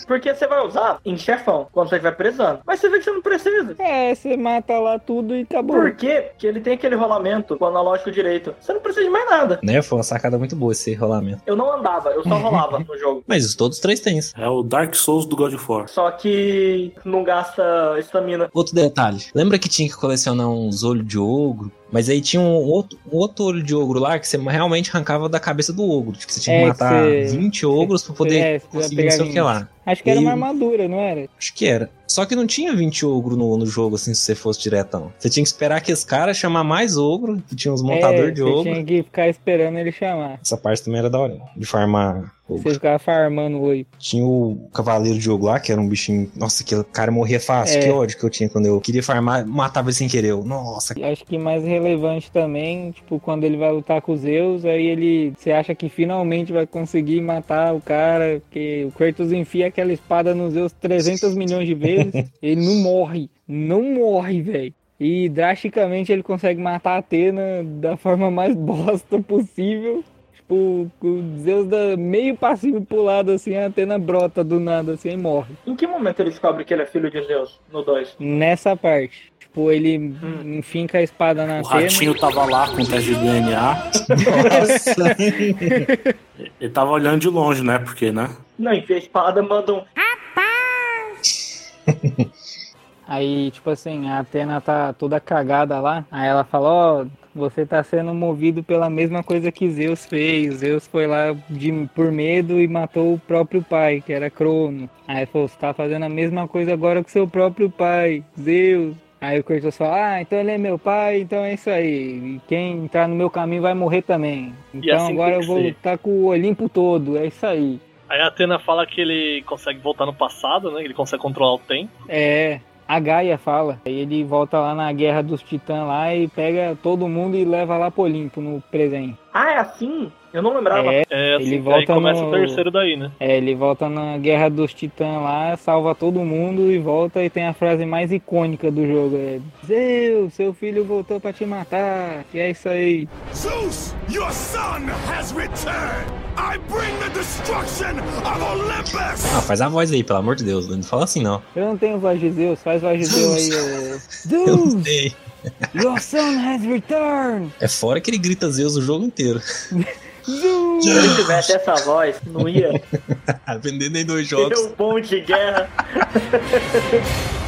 Speaker 3: Porque você vai usar em chefão, quando você vai presando. Mas você vê que você não precisa.
Speaker 6: É, você mata lá tudo e acabou.
Speaker 3: Por quê? Porque ele tem aquele rolamento com o analógico direito. Você não precisa de mais nada.
Speaker 8: né? Foi uma sacada muito boa esse rolamento.
Speaker 3: Eu não andava, eu só rolava no jogo.
Speaker 8: Mas todos os três têm isso.
Speaker 7: É o Dark Souls do God of War.
Speaker 3: Só que não gasta estamina.
Speaker 8: Outro detalhe, lembra que tinha que colecionar uns olhos de ogro? Mas aí tinha um outro, um outro olho de ogro lá que você realmente arrancava da cabeça do ogro. Tipo, você tinha que
Speaker 6: É,
Speaker 8: matar
Speaker 6: que você-
Speaker 8: 20 ogros pra poder
Speaker 6: É, você vai
Speaker 8: conseguir não sei o
Speaker 6: pegar
Speaker 8: que lá.
Speaker 6: Acho que
Speaker 8: E
Speaker 6: era
Speaker 8: aí,
Speaker 6: uma armadura, não era?
Speaker 8: Acho que era. Só que não tinha 20 ogro no, no jogo, assim, se você fosse diretão. Você tinha que esperar que os caras chamar mais ogro, que tinha uns montadores
Speaker 6: é,
Speaker 8: de
Speaker 6: você
Speaker 8: ogro.
Speaker 6: tinha que ficar esperando ele chamar.
Speaker 8: Essa parte também era da hora, de farmar ogro.
Speaker 6: Você ficava farmando oi.
Speaker 8: Tinha o cavaleiro de ogro lá, que era um bichinho... Nossa, aquele cara morria fácil.
Speaker 6: É.
Speaker 8: Que ódio que eu tinha quando eu queria farmar, matava ele sem querer. Eu, Nossa,
Speaker 6: E Acho que mais relevante também, tipo, quando ele vai lutar com os Zeus, aí ele você acha que finalmente vai conseguir matar o cara, porque o Kratos enfia aquela espada nos Zeus 300 milhões de vezes, ele não morre, não morre, velho. E drasticamente ele consegue matar a Atena da forma mais bosta possível. Tipo, o Zeus dá meio passinho pro lado assim, a Atena brota do nada assim e morre
Speaker 3: Em que momento ele descobre que ele é filho de Zeus? No 2.
Speaker 6: nessa parte. Tipo, ele enfinca a espada na
Speaker 7: Hum. O ratinho tava lá com o teste de DNA. Ele tava olhando de longe, né? Porque, né?
Speaker 3: Não, enfia a espada, manda um.
Speaker 6: Aí, tipo assim, a Atena tá toda cagada lá. Aí ela fala: Ó, você tá sendo movido pela mesma coisa que Zeus fez. Zeus foi lá de- por medo e matou o próprio pai, que era Crono. Aí falou: Você tá fazendo a mesma coisa agora que seu próprio pai, Zeus. Aí o Kratos fala: Ah, então ele é meu pai, então é isso aí. E quem entrar no meu caminho vai morrer também. Então
Speaker 4: assim tem
Speaker 6: agora eu
Speaker 4: que
Speaker 6: vou
Speaker 4: ser."
Speaker 6: lutar com o Olimpo todo, é isso aí.
Speaker 4: Aí a Atena fala que ele consegue voltar no passado, né? Ele consegue controlar o tempo.
Speaker 6: É, a Gaia fala. Aí ele volta lá na Guerra dos Titãs lá e pega todo mundo e leva lá pro Olimpo no presente.
Speaker 3: Ah, é assim? Eu não lembrava.
Speaker 6: É,
Speaker 4: É, assim,
Speaker 6: ele
Speaker 4: aí
Speaker 6: volta
Speaker 4: começa
Speaker 6: no...
Speaker 4: o terceiro daí, né?
Speaker 6: É, ele volta na Guerra dos Titãs lá, salva todo mundo e volta e tem a frase mais icônica do jogo, é Zeus, seu filho voltou pra te matar, e é isso aí.
Speaker 2: Zeus, your son has returned. I bring the destruction of Olympus.
Speaker 8: Ah, faz a voz aí, pelo amor de Deus, não fala assim não.
Speaker 6: Eu não tenho voz de Zeus, faz voz de Zeus aí. ô.
Speaker 8: Eu
Speaker 6: Zeus,
Speaker 8: não sei.
Speaker 6: your son has returned!
Speaker 8: É fora que ele grita Zeus o jogo inteiro.
Speaker 6: Zeus!
Speaker 3: Se ele tivesse essa voz, não ia
Speaker 8: Tá Vendendo em dois
Speaker 3: ter
Speaker 8: jogos.
Speaker 3: um bom de guerra.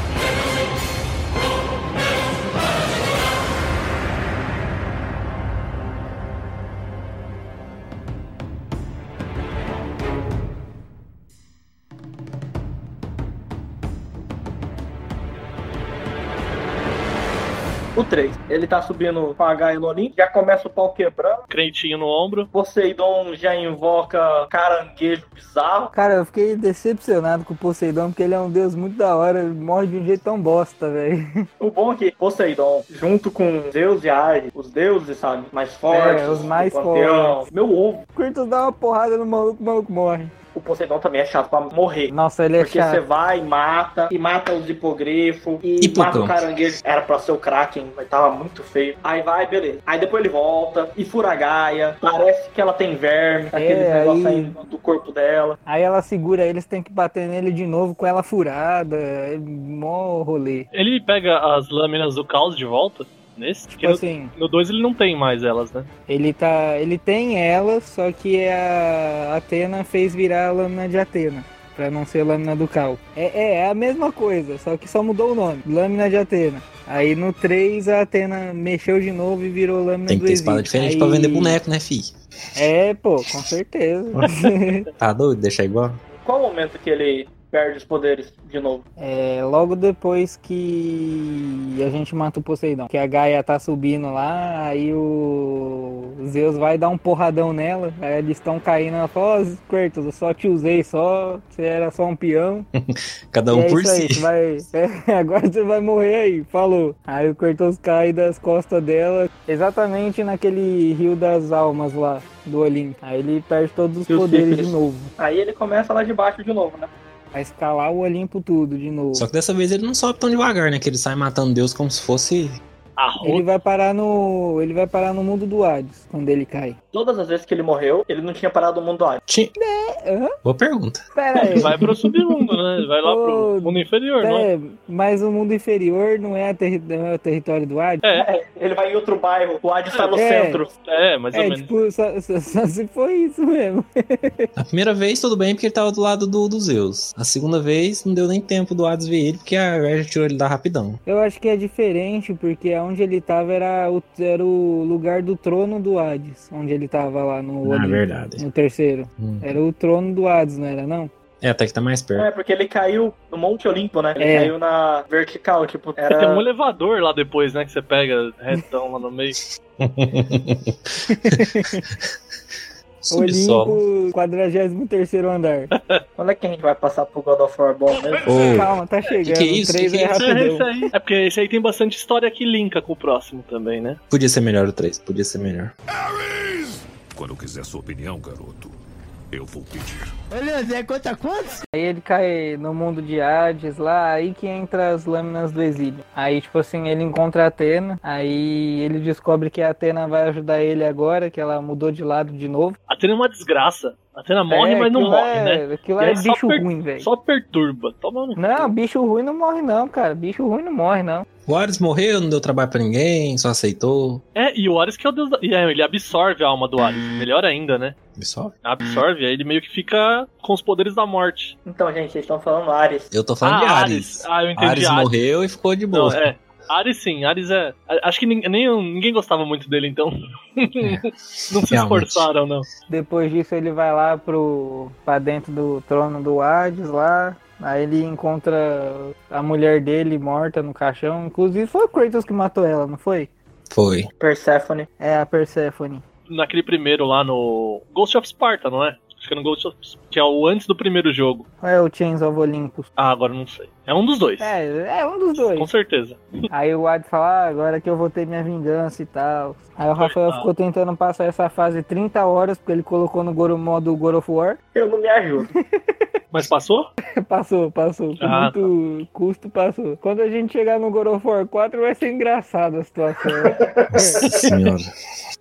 Speaker 3: O O 3. Ele tá subindo com a Gailonin, já começa o pau quebrando.
Speaker 4: Crentinho no ombro.
Speaker 3: Poseidon já invoca caranguejo bizarro.
Speaker 6: Cara, eu fiquei decepcionado com o Poseidon, porque ele é um deus muito da hora, morre de um jeito tão bosta, velho.
Speaker 3: O bom é que Poseidon, junto com Zeus e Ares, os deuses, sabe, mais fortes.
Speaker 6: É, os mais
Speaker 3: do panteão.
Speaker 6: fortes.
Speaker 3: Meu ovo.
Speaker 6: Curtos dá uma porrada no maluco, o maluco morre.
Speaker 3: O Poseidon também é chato pra morrer.
Speaker 6: Nossa, ele é
Speaker 3: Porque você
Speaker 6: chato.
Speaker 3: vai e mata, e mata os hipogrifos, e mata
Speaker 8: Hipocampo.
Speaker 3: o caranguejo. Era pra ser o Kraken, mas tava muito feio. Aí vai, beleza. Aí depois ele volta, e fura a Gaia. Parece que ela tem verme, aquele
Speaker 6: É,
Speaker 3: negócio
Speaker 6: aí-
Speaker 3: saindo do corpo dela.
Speaker 6: Aí ela segura, eles têm que bater nele de novo com ela furada. É mó rolê.
Speaker 4: Ele pega as lâminas do caos de volta nesse? Porque
Speaker 6: Tipo assim,
Speaker 4: no 2 ele não tem mais elas, né?
Speaker 6: ele tá. Ele tem ela, só que a Atena fez virar a lâmina de Atena. Pra não ser lâmina do Cal. É, é, é a mesma coisa, só que só mudou o nome. Lâmina de Atena. Aí no 3 a Atena mexeu de novo e virou lâmina
Speaker 8: Tem
Speaker 6: do
Speaker 8: que ter espada
Speaker 6: Exílio.
Speaker 8: diferente
Speaker 6: Aí-
Speaker 8: pra vender boneco, né, fi?
Speaker 6: É, pô, com certeza.
Speaker 8: Tá doido? Deixar igual?
Speaker 3: Qual o momento que ele perde os poderes de novo?
Speaker 6: É, logo depois que a gente mata o Poseidon, que a Gaia tá subindo lá, aí o Zeus vai dar um porradão nela, aí eles estão caindo, ela fala, ó, Quertus, eu só te usei só, você era só um peão.
Speaker 8: Cada
Speaker 6: E
Speaker 8: um
Speaker 6: é
Speaker 8: por
Speaker 6: isso aí,
Speaker 8: si.
Speaker 6: você vai- é, agora você vai morrer aí, falou. Aí o Quertus cai das costas dela, exatamente naquele rio das almas lá, do Olimpo. Aí ele perde todos os
Speaker 3: E o
Speaker 6: poderes de
Speaker 3: Sífilis?
Speaker 6: novo.
Speaker 3: Aí ele começa lá de baixo de novo, né?
Speaker 6: Vai escalar o Olimpo tudo de novo.
Speaker 8: Só que dessa vez ele não sobe tão devagar, né? Que ele sai matando Deus como se fosse.
Speaker 6: Ele vai parar no. Ele vai parar no mundo do Hades quando ele cai.
Speaker 3: Todas as vezes que ele morreu, ele não tinha parado o mundo Hades.
Speaker 8: Ti-
Speaker 6: É, hã?
Speaker 8: Boa pergunta.
Speaker 6: Pera aí.
Speaker 4: Vai pro submundo, né? Ele Vai lá pro mundo inferior, não é?
Speaker 6: É, mas o mundo inferior não é, a terri- não é o território do Hades?
Speaker 4: É,
Speaker 3: Ele vai em outro bairro, o Hades tá no
Speaker 6: É.
Speaker 3: centro.
Speaker 4: é, mais ou
Speaker 6: É,
Speaker 4: menos.
Speaker 6: tipo, só, só- só se foi isso mesmo.
Speaker 8: A primeira vez, tudo bem, porque ele tava do lado do, do Zeus. A segunda vez, não deu nem tempo do Hades ver ele, porque a Gaia já tirou ele da rapidão.
Speaker 6: Eu acho que é diferente, porque onde ele tava era o, era o lugar do trono do Hades, onde ele tava lá no,
Speaker 8: Na
Speaker 6: Olimpo,
Speaker 8: Ah, É, verdade.
Speaker 6: no terceiro.
Speaker 8: Hum.
Speaker 6: Era o trono do Hades, não era não?
Speaker 8: É, até que tá mais perto.
Speaker 3: É, porque ele caiu no Monte Olimpo, né? Ele
Speaker 6: É.
Speaker 3: caiu na vertical, tipo,
Speaker 4: É, Tem um
Speaker 3: era...
Speaker 4: elevador lá depois, né? Que você pega retão lá no meio.
Speaker 6: É,
Speaker 8: Subsolo.
Speaker 6: Olimpo, 43 andar.
Speaker 3: Quando é que a gente vai passar pro God of War bom mesmo?
Speaker 8: Ô,
Speaker 6: Calma, tá chegando.
Speaker 8: que é isso?
Speaker 6: Três
Speaker 8: Que que
Speaker 6: é
Speaker 8: é isso?
Speaker 6: rapidão.
Speaker 4: isso aí. É porque esse aí tem bastante história que linka com o próximo também, né?
Speaker 8: Podia ser melhor o 3, podia ser melhor.
Speaker 9: Quando quiser sua opinião, garoto, eu vou pedir.
Speaker 11: Ô, Leandro, é conta quantos?
Speaker 6: Aí ele cai no mundo de Hades lá, aí que entra as lâminas do exílio. Aí, tipo assim, ele encontra a Atena, aí ele descobre que a Atena vai ajudar ele agora, que ela mudou de lado de novo.
Speaker 4: Atena é uma desgraça. Atena morre,
Speaker 6: É,
Speaker 4: mas não
Speaker 6: aquilo
Speaker 4: morre,
Speaker 6: é-
Speaker 4: né?
Speaker 6: Aquilo
Speaker 4: E
Speaker 6: é
Speaker 4: aí só
Speaker 6: bicho
Speaker 4: per-
Speaker 6: ruim, velho.
Speaker 4: Só um perturba. Toma no
Speaker 6: Não, bicho ruim não morre não, cara. Bicho ruim não morre não.
Speaker 8: O Hades morreu, não deu trabalho pra ninguém, só aceitou.
Speaker 4: É, e o Ares que é o deus da... e é, ele absorve a alma do Ares, melhor ainda, né?
Speaker 8: Absolve.
Speaker 4: Absorve, aí ele meio que fica com os poderes da morte.
Speaker 3: Então, gente, vocês estão falando Ares.
Speaker 8: Eu tô falando de
Speaker 4: Ah,
Speaker 8: Ares.
Speaker 4: Ah, eu entendi.
Speaker 8: Ares morreu e ficou de
Speaker 4: Não,
Speaker 8: boa.
Speaker 4: é. Ares sim, Ares é. a- Acho que nin- nem, ninguém gostava muito dele, então. não se
Speaker 8: Realmente.
Speaker 4: esforçaram, não.
Speaker 6: Depois disso ele vai lá pro pra dentro do trono do Hades lá. Aí ele encontra a mulher dele morta no caixão. Inclusive foi o Kratos que matou ela, não foi?
Speaker 8: Foi.
Speaker 3: Persephone.
Speaker 6: É a Persephone.
Speaker 4: Naquele primeiro lá no. Ghost of Sparta, não é? Acho que é no Ghost of que é o antes do primeiro jogo.
Speaker 6: Ou é o Chains of Olympus?
Speaker 4: Ah, agora não sei. É um dos dois.
Speaker 6: É, é um dos dois.
Speaker 4: Com certeza.
Speaker 6: Aí o Hades fala, ah, agora que eu vou ter minha vingança e tal. Aí o Rafael
Speaker 4: Coitado.
Speaker 6: ficou tentando passar essa fase 30 horas, porque ele colocou no Goro modo God of War.
Speaker 3: Eu não me ajudo.
Speaker 4: Mas passou?
Speaker 6: passou, passou. Com
Speaker 4: Ah,
Speaker 6: muito custo, passou. Quando a gente chegar no God of War 4, vai ser engraçada a situação.
Speaker 8: Nossa senhora.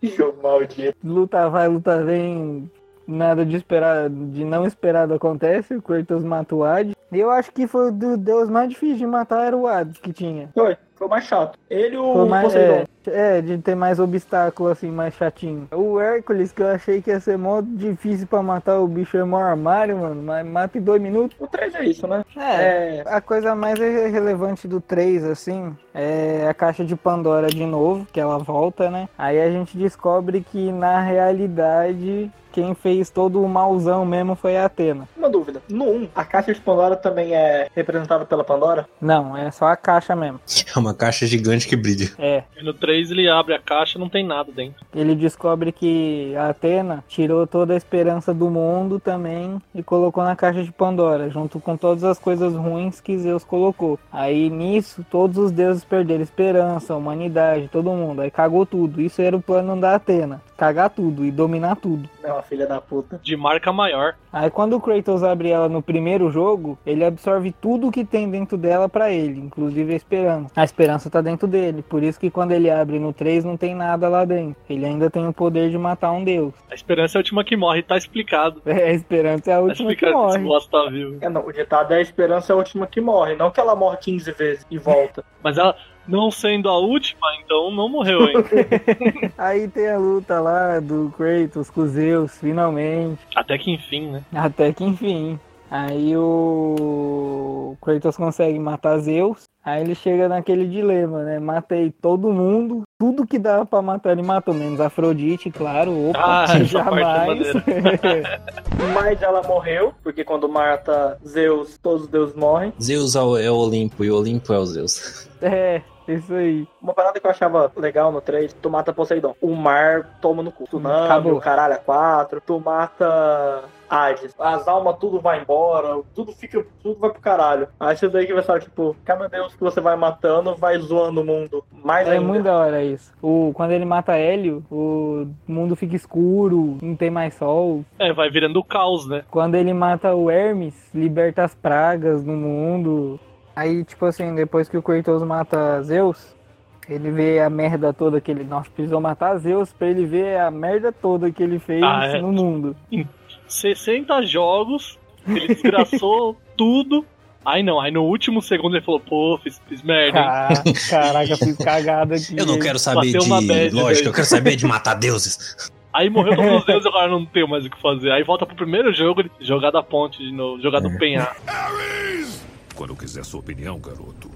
Speaker 3: Jogo maldito.
Speaker 6: luta vai, luta vem. Nada de esperado, de não esperado acontece. O Kratos mata o Hades. E eu acho que foi o do deus mais difícil de matar era o Hades que tinha.
Speaker 3: Foi, foi o mais chato. Ele e
Speaker 6: Foi
Speaker 3: o
Speaker 6: mais,
Speaker 3: Poseidon.
Speaker 6: é, é, de ter mais obstáculo, assim, mais chatinho. O Hércules, que eu achei que ia ser mó difícil pra matar o bicho, é mó armário, mano. Mas mata em dois minutos.
Speaker 3: O 3 é isso, né?
Speaker 6: É, a coisa mais re- relevante do 3, assim, é a caixa de Pandora de novo, que ela volta, né? Aí a gente descobre que, na realidade, quem fez todo o mauzão mesmo foi a Atena.
Speaker 3: Uma um, dúvida. No 1, a caixa de Pandora também é representada pela Pandora?
Speaker 6: Não, é só a caixa mesmo.
Speaker 8: É uma caixa gigante que brilha.
Speaker 6: É.
Speaker 4: E no 3 ele abre a caixa e não tem nada dentro.
Speaker 6: Ele descobre que a Atena tirou toda a esperança do mundo também e colocou na caixa de Pandora, junto com todas as coisas ruins que Zeus colocou. Aí nisso, todos os deuses perderam esperança, humanidade, todo mundo. Aí cagou tudo. Isso era o plano da Atena: cagar tudo e dominar tudo.
Speaker 3: Não, filha da puta.
Speaker 4: De marca maior.
Speaker 6: Aí quando o Kratos abre ela no primeiro jogo, ele absorve tudo que tem dentro dela pra ele, inclusive a esperança. A esperança tá dentro dele, por isso que quando ele abre no 3 não tem nada lá dentro. Ele ainda tem o poder de matar um deus.
Speaker 4: A esperança é a última que morre, tá explicado. Tá
Speaker 6: É, a esperança é a última que
Speaker 4: explicado que esse
Speaker 6: morre.
Speaker 4: bosta tá vivo.
Speaker 3: É, não, o ditado é a esperança é a última que morre, não que ela morre 15 vezes e volta.
Speaker 4: Mas ela, não sendo a última, então não morreu ainda.
Speaker 6: Aí tem a luta lá do Kratos com Zeus, finalmente.
Speaker 4: Até que enfim, né?
Speaker 6: Até que enfim. Aí o Kratos consegue matar Zeus. Aí ele chega naquele dilema, né? Matei todo mundo, tudo que dava pra matar ele matou, menos Afrodite, claro. Opa,
Speaker 4: Ah, essa parte é
Speaker 6: jamais.
Speaker 3: Mas ela morreu, porque quando mata Zeus, todos os deuses morrem.
Speaker 8: Zeus é o é o Olimpo e o Olimpo é o Zeus.
Speaker 6: é, isso aí.
Speaker 3: Uma parada que eu achava legal no 3, tu mata Poseidon. O mar toma no cu. Tsunami,
Speaker 6: Acabou.
Speaker 3: o caralho, a 4. Tu mata Hades. As almas tudo vai embora, tudo fica, tudo vai pro caralho. Aí você daí que vai saber, tipo, cada deus que você vai matando vai zoando o mundo. Mais
Speaker 6: É
Speaker 3: ainda.
Speaker 6: muito da hora isso. O, quando ele mata Hélio, o mundo fica escuro, não tem mais sol.
Speaker 4: É, vai virando o caos, né?
Speaker 6: Quando ele mata o Hermes, liberta as pragas no mundo. Aí, tipo assim, depois que o Kratos mata Zeus, ele vê a merda toda que ele. Nós precisamos matar Zeus pra ele ver a merda toda que ele fez
Speaker 4: Ah, é.
Speaker 6: no mundo.
Speaker 4: 60 jogos, ele desgraçou tudo. Aí não, aí no último segundo ele falou, pô, fiz, fiz merda, hein?
Speaker 6: Ah, caraca, fiz cagada aqui.
Speaker 8: Eu não quero saber
Speaker 4: Bateu uma
Speaker 8: de
Speaker 4: bad
Speaker 8: lógica,
Speaker 4: daí.
Speaker 8: eu quero saber de matar deuses.
Speaker 4: Aí morreu todos os deuses, agora não tem mais o que fazer. Aí volta pro primeiro jogo, ele jogar da ponte de novo, jogar do penhasco.
Speaker 9: Quando eu quiser sua opinião, garoto,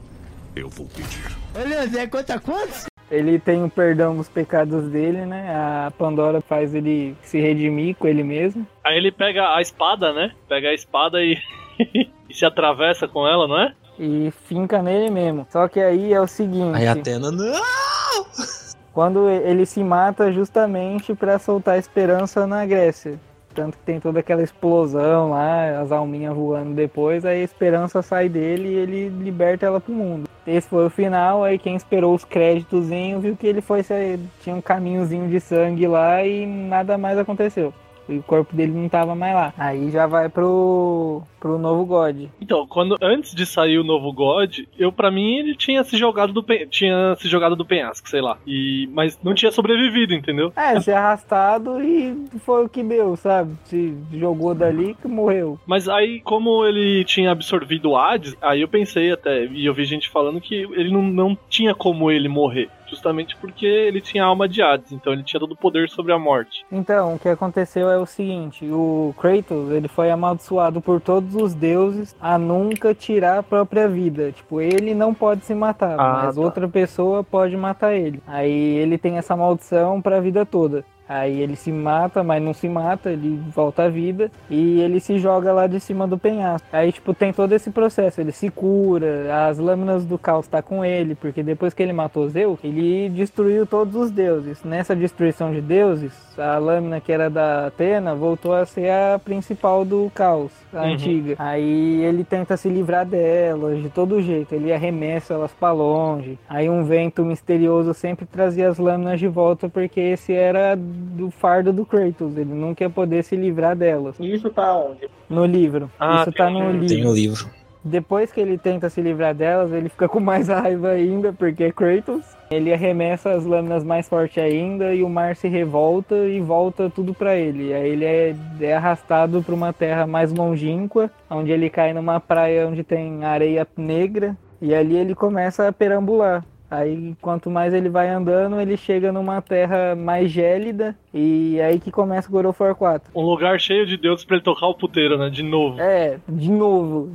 Speaker 9: eu vou pedir.
Speaker 11: Ô, Leandro, é conta quantos?
Speaker 6: Ele tem o perdão dos pecados dele, né? A Pandora faz ele se redimir com ele mesmo.
Speaker 4: Aí ele pega a espada, né? Pega a espada e, e se atravessa com ela, não é?
Speaker 6: E finca nele mesmo. Só que aí é o seguinte.
Speaker 8: Aí a Atena, não!
Speaker 6: Quando ele se mata justamente pra soltar a esperança na Grécia. Tanto que tem toda aquela explosão lá, as alminhas voando depois, aí a esperança sai dele e ele liberta ela pro mundo. Esse foi o final, aí quem esperou os créditos viu que ele foi sair- tinha um caminhozinho de sangue lá e nada mais aconteceu. E o corpo dele não tava mais lá. Aí já vai pro, pro novo God.
Speaker 4: Então, quando antes de sair o novo God, eu pra mim ele tinha se jogado do pen- tinha se jogado do penhasco, sei lá. E mas não tinha sobrevivido, entendeu?
Speaker 6: É, ser arrastado e foi o que deu, sabe? Se jogou dali que morreu.
Speaker 4: Mas aí, como ele tinha absorvido o Hades, aí eu pensei até, e eu vi gente falando que ele não, não tinha como ele morrer. Justamente porque ele tinha a alma de Hades, então ele tinha todo o poder sobre a morte.
Speaker 6: Então, o que aconteceu é o seguinte, o Kratos, ele foi amaldiçoado por todos os deuses a nunca tirar a própria vida. Tipo, ele não pode se matar,
Speaker 4: Ah,
Speaker 6: mas
Speaker 4: tá.
Speaker 6: outra pessoa pode matar ele. Aí ele tem essa maldição pra vida toda. Aí ele se mata, mas não se mata, ele volta à vida e ele se joga lá de cima do penhasco. Aí, tipo, tem todo esse processo, ele se cura, as lâminas do caos tá com ele, porque depois que ele matou Zeus, ele destruiu todos os deuses. Nessa destruição de deuses, a lâmina que era da Atena voltou a ser a principal do caos, a
Speaker 4: Uhum.
Speaker 6: antiga. Aí ele tenta se livrar delas de todo jeito, ele arremessa elas pra longe. Aí um vento misterioso sempre trazia as lâminas de volta, porque esse era do fardo do Kratos, ele nunca ia poder se livrar delas.
Speaker 3: E isso tá onde?
Speaker 6: No livro.
Speaker 4: Ah,
Speaker 6: Isso tá
Speaker 4: tem-
Speaker 6: no livro.
Speaker 8: Tem um o livro.
Speaker 6: Depois que ele tenta se livrar delas, ele fica com mais raiva ainda, porque é Kratos. Ele arremessa as lâminas mais forte ainda e o mar se revolta e volta tudo pra ele. Aí ele é, é arrastado pra uma terra mais longínqua, onde ele cai numa praia onde tem areia negra e ali ele começa a perambular. Aí quanto mais ele vai andando, ele chega numa terra mais gélida e aí que começa o God of War 4.
Speaker 4: Um lugar cheio de deuses pra ele tocar o puteiro, né? De novo.
Speaker 6: É, de novo.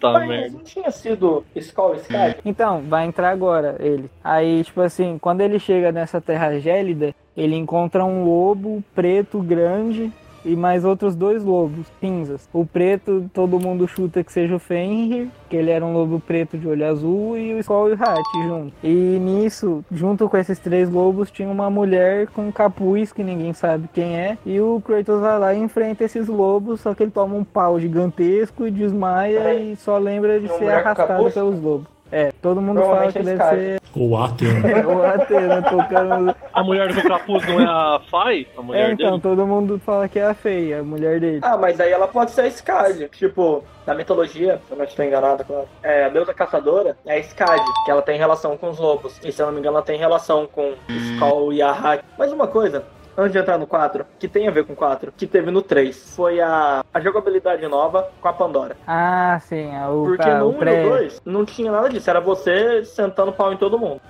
Speaker 4: Tá,
Speaker 3: Mas
Speaker 4: merda.
Speaker 3: não tinha sido Skull Sky?
Speaker 6: Então, vai entrar agora ele. Aí, tipo assim, quando ele chega nessa terra gélida, ele encontra um lobo preto grande e mais outros dois lobos cinzas. O preto, todo mundo chuta que seja o Fenrir, que ele era um lobo preto de olho azul, e o Skoll e o Hat junto. E nisso, junto com esses três lobos, tinha uma mulher com um capuz que ninguém sabe quem é, e o Kratos vai lá e enfrenta esses lobos, só que ele toma um pau gigantesco e desmaia e só lembra de
Speaker 3: Tem uma
Speaker 6: ser
Speaker 3: mulher com
Speaker 6: arrastado
Speaker 3: capuz?
Speaker 6: pelos lobos. É, todo mundo fala
Speaker 3: Provavelmente
Speaker 6: que
Speaker 3: é
Speaker 6: deve
Speaker 3: Scar.
Speaker 6: ser
Speaker 7: O Ateu.
Speaker 6: o Atena tocando.
Speaker 4: A mulher do capuz não é a Fai? A mulher
Speaker 6: É, então,
Speaker 4: dele?
Speaker 6: todo mundo fala que é a feia, a mulher dele.
Speaker 3: Ah, mas aí ela pode ser a Skadi. Tipo, na mitologia, se eu não estou enganado, claro. É, a deusa caçadora é a Skadi, que ela tem relação com os lobos. E se eu não me engano, ela tem relação com Skoll e a Hack. Mas uma coisa. Antes de entrar no 4, que tem a ver com 4, que teve no 3, foi a, a jogabilidade nova com a Pandora.
Speaker 6: Ah, sim, a- o,
Speaker 3: Porque
Speaker 6: ca-
Speaker 3: no
Speaker 6: o
Speaker 3: 1 e
Speaker 6: pré.
Speaker 3: no 2 não tinha nada disso, era você sentando pau em todo mundo.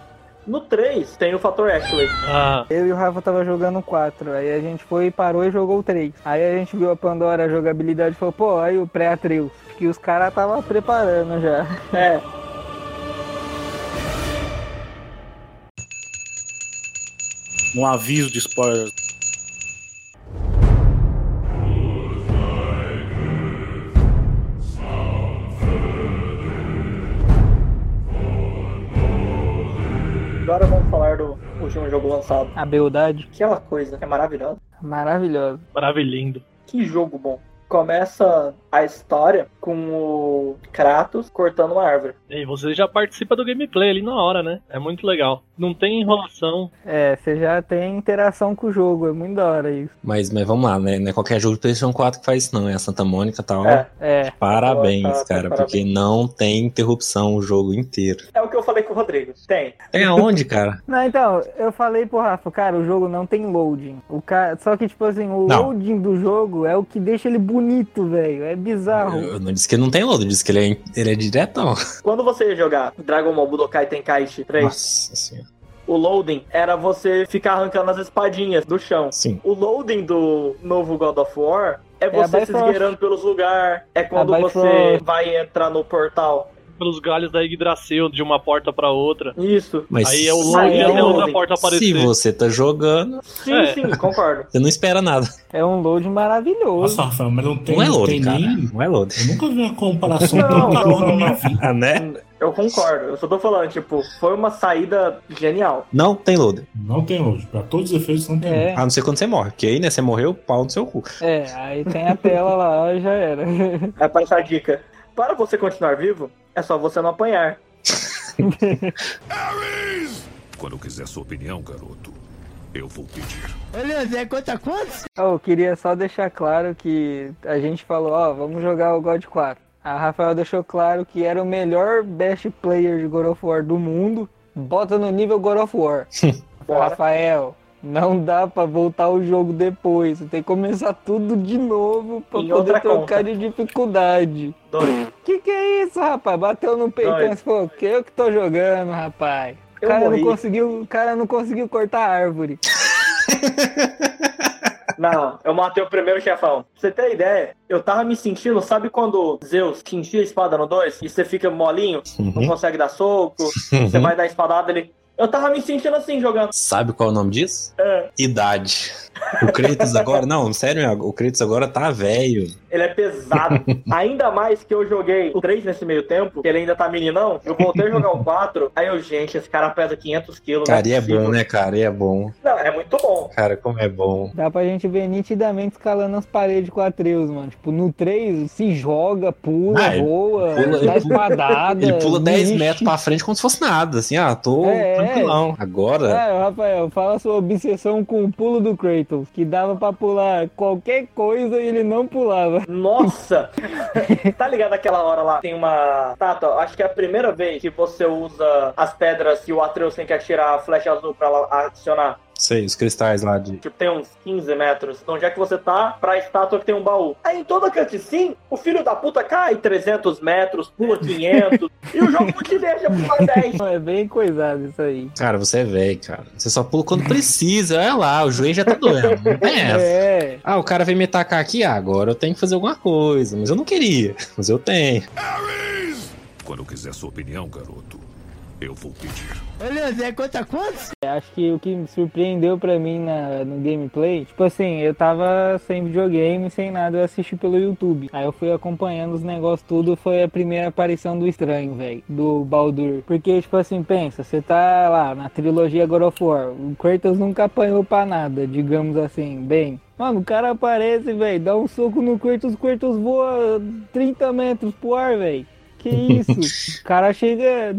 Speaker 3: No 3 tem o fator Ashley.
Speaker 4: Ah,
Speaker 6: Eu e o Rafa tava jogando 4, aí a gente foi, parou e jogou 3. Aí a gente viu a Pandora, a jogabilidade, e falou, pô, aí o pré-atril, que os caras tava preparando já.
Speaker 3: É,
Speaker 7: Um aviso de spoilers.
Speaker 3: agora vamos falar do último jogo lançado.
Speaker 6: A beldade,
Speaker 3: Aquela coisa é maravilhosa.
Speaker 6: maravilhosa.
Speaker 4: maravilhindo.
Speaker 3: Que jogo bom. Começa a história com o Kratos cortando uma árvore.
Speaker 4: E você já participa do gameplay ali na hora, né? É muito legal. Não tem enrolação.
Speaker 6: É, você já tem interação com o jogo, é muito da hora isso.
Speaker 8: Mas, mas vamos lá, né? Não é qualquer jogo do PlayStation 4 que faz isso, não. É a Santa Mônica e tal.
Speaker 3: É.
Speaker 6: É,
Speaker 8: Parabéns,
Speaker 3: Boa, tá,
Speaker 8: cara,
Speaker 3: parabéns.
Speaker 8: porque não tem interrupção o jogo inteiro.
Speaker 3: É o que eu falei com o Rodrigo. Tem.
Speaker 8: Tem aonde, cara?
Speaker 6: Não, então, eu falei pro Rafa, cara, o jogo não tem loading. O ca... Só que, tipo assim, o
Speaker 8: Não.
Speaker 6: loading do jogo é o que deixa ele bonito, velho. É bizarro.
Speaker 8: Eu não disse que não tem load, eu disse que ele é, ele é diretão.
Speaker 3: Quando você ia jogar Dragon Ball Budokai Tenkaichi 3,
Speaker 8: Nossa senhora.
Speaker 3: o loading era você ficar arrancando as espadinhas do chão.
Speaker 8: Sim.
Speaker 3: O loading do novo God of War é você se
Speaker 6: Bifrost.
Speaker 3: esgueirando pelos lugares. É quando você
Speaker 6: Bifrost.
Speaker 3: vai entrar no portal.
Speaker 4: Pelos galhos da Yggdrasil, de uma porta pra outra.
Speaker 3: Isso.
Speaker 8: Mas
Speaker 4: Aí é o
Speaker 8: se-
Speaker 4: longe
Speaker 3: Aí é
Speaker 4: até
Speaker 3: o
Speaker 4: outra
Speaker 3: loading.
Speaker 4: porta
Speaker 8: se
Speaker 4: aparecer.
Speaker 8: você tá jogando,
Speaker 3: Sim,
Speaker 4: É.
Speaker 3: sim, concordo.
Speaker 8: você não espera nada.
Speaker 6: É um load maravilhoso.
Speaker 7: Nossa, Rafael, mas não tem,
Speaker 8: Não é
Speaker 7: não
Speaker 8: load,
Speaker 7: tem
Speaker 8: cara.
Speaker 7: nem.
Speaker 8: Não é load.
Speaker 7: Eu nunca vi uma comparação
Speaker 3: Não,
Speaker 7: tão
Speaker 3: não,
Speaker 7: boa na
Speaker 3: não,
Speaker 7: minha
Speaker 3: não.
Speaker 7: vida.
Speaker 8: Ah, né?
Speaker 3: Eu concordo. Eu só tô falando, tipo, foi uma saída genial.
Speaker 8: Não tem load.
Speaker 7: Não tem hoje. Pra todos os efeitos, não tem
Speaker 6: É,
Speaker 8: A não ser quando você morre. Porque aí, né, você morreu, pau no seu cu.
Speaker 6: é, aí tem a tela lá e já era.
Speaker 3: Aí aparece a É dica. Para você continuar vivo, é só você não apanhar.
Speaker 9: Quando quiser sua opinião, garoto, eu vou pedir.
Speaker 11: Ô, Leandro, é conta quantos?
Speaker 6: Eu queria só deixar claro que a gente falou, ó, vamos jogar o God 4. A Rafael deixou claro que era o melhor best player de God of War do mundo. Bota no nível God of War. Ô,
Speaker 3: Bora.
Speaker 6: Rafael, não dá pra voltar o jogo depois. Você tem que começar tudo de novo pra
Speaker 3: Em
Speaker 6: poder
Speaker 3: outra conta.
Speaker 6: trocar de dificuldade.
Speaker 3: Dois.
Speaker 6: Que que é isso, rapaz? Bateu no peitão e
Speaker 3: Dois.
Speaker 6: falou, que eu que tô jogando, rapaz. O
Speaker 3: Eu
Speaker 6: cara, não
Speaker 3: morri.
Speaker 6: conseguiu, o cara não conseguiu cortar a árvore.
Speaker 3: Não, eu matei o primeiro chefão. Pra você ter ideia, eu tava me sentindo, sabe quando Zeus te enfia a espada no 2 e você fica molinho, não consegue dar soco, você vai dar espadada ele. Eu tava me sentindo assim jogando.
Speaker 8: Sabe qual é o nome disso?
Speaker 3: É.
Speaker 8: Idade. O Kratos agora. Não, sério, o Kratos agora tá velho.
Speaker 3: Ele é pesado. ainda mais que eu joguei o 3 nesse meio tempo, que ele ainda tá meninão. Eu voltei a jogar o 4, aí eu, gente, esse cara pesa 500 quilos.
Speaker 8: Cara, e é
Speaker 3: possível.
Speaker 8: bom, né, cara? E é bom.
Speaker 3: Não, é muito bom.
Speaker 8: Cara, como é bom.
Speaker 6: Dá pra gente ver nitidamente escalando as paredes com a Atreus, mano. Tipo, no 3 se joga, pula,
Speaker 8: Ah, ele
Speaker 6: voa,
Speaker 8: pula- ele
Speaker 6: dá
Speaker 8: pula-
Speaker 6: espadada.
Speaker 8: Ele pula 10
Speaker 6: ixi.
Speaker 8: metros pra frente como se fosse nada, assim, ah, tô
Speaker 6: É,
Speaker 8: tranquilão. Agora,
Speaker 6: Ah, Rafael, fala sua obsessão com o pulo do Kratos, que dava pra pular qualquer coisa e ele não pulava.
Speaker 3: Nossa! tá ligado aquela hora lá? Tem uma tátua. Acho que é a primeira vez que você usa as pedras que o Atreus tem que atirar a flecha azul pra ela adicionar.
Speaker 8: sei, os cristais lá de.
Speaker 3: Tipo, tem uns 15 metros. Onde é que você tá pra estátua que tem um baú? Aí em toda cutscene, o filho da puta cai 300 metros, pula 500. e o jogo não te deixa pular 10.
Speaker 6: É bem coisado isso aí.
Speaker 8: Cara, você é velho, cara. Você só pula quando precisa. Olha lá, o joelho já tá doendo. Não tem essa.
Speaker 6: É,
Speaker 8: Ah, o cara veio me atacar aqui, ah, agora eu tenho que fazer alguma coisa. Mas eu não queria, mas eu tenho.
Speaker 9: Quando quiser sua opinião, garoto, eu vou pedir.
Speaker 11: Ô, Leandro, é conta quantos?
Speaker 6: acho que o que me surpreendeu pra mim na, no gameplay, tipo assim, eu tava sem videogame, sem nada, eu assisti pelo YouTube. Aí eu fui acompanhando os negócios tudo, foi a primeira aparição do estranho, velho, do Baldur. Porque, tipo assim, pensa, você tá lá na trilogia God of War, o Kratos nunca apanhou pra nada, digamos assim, bem. Mano, o cara aparece, velho, dá um soco no Kratos, o Kratos voa 30 metros pro ar, velho. Que isso? O cara chega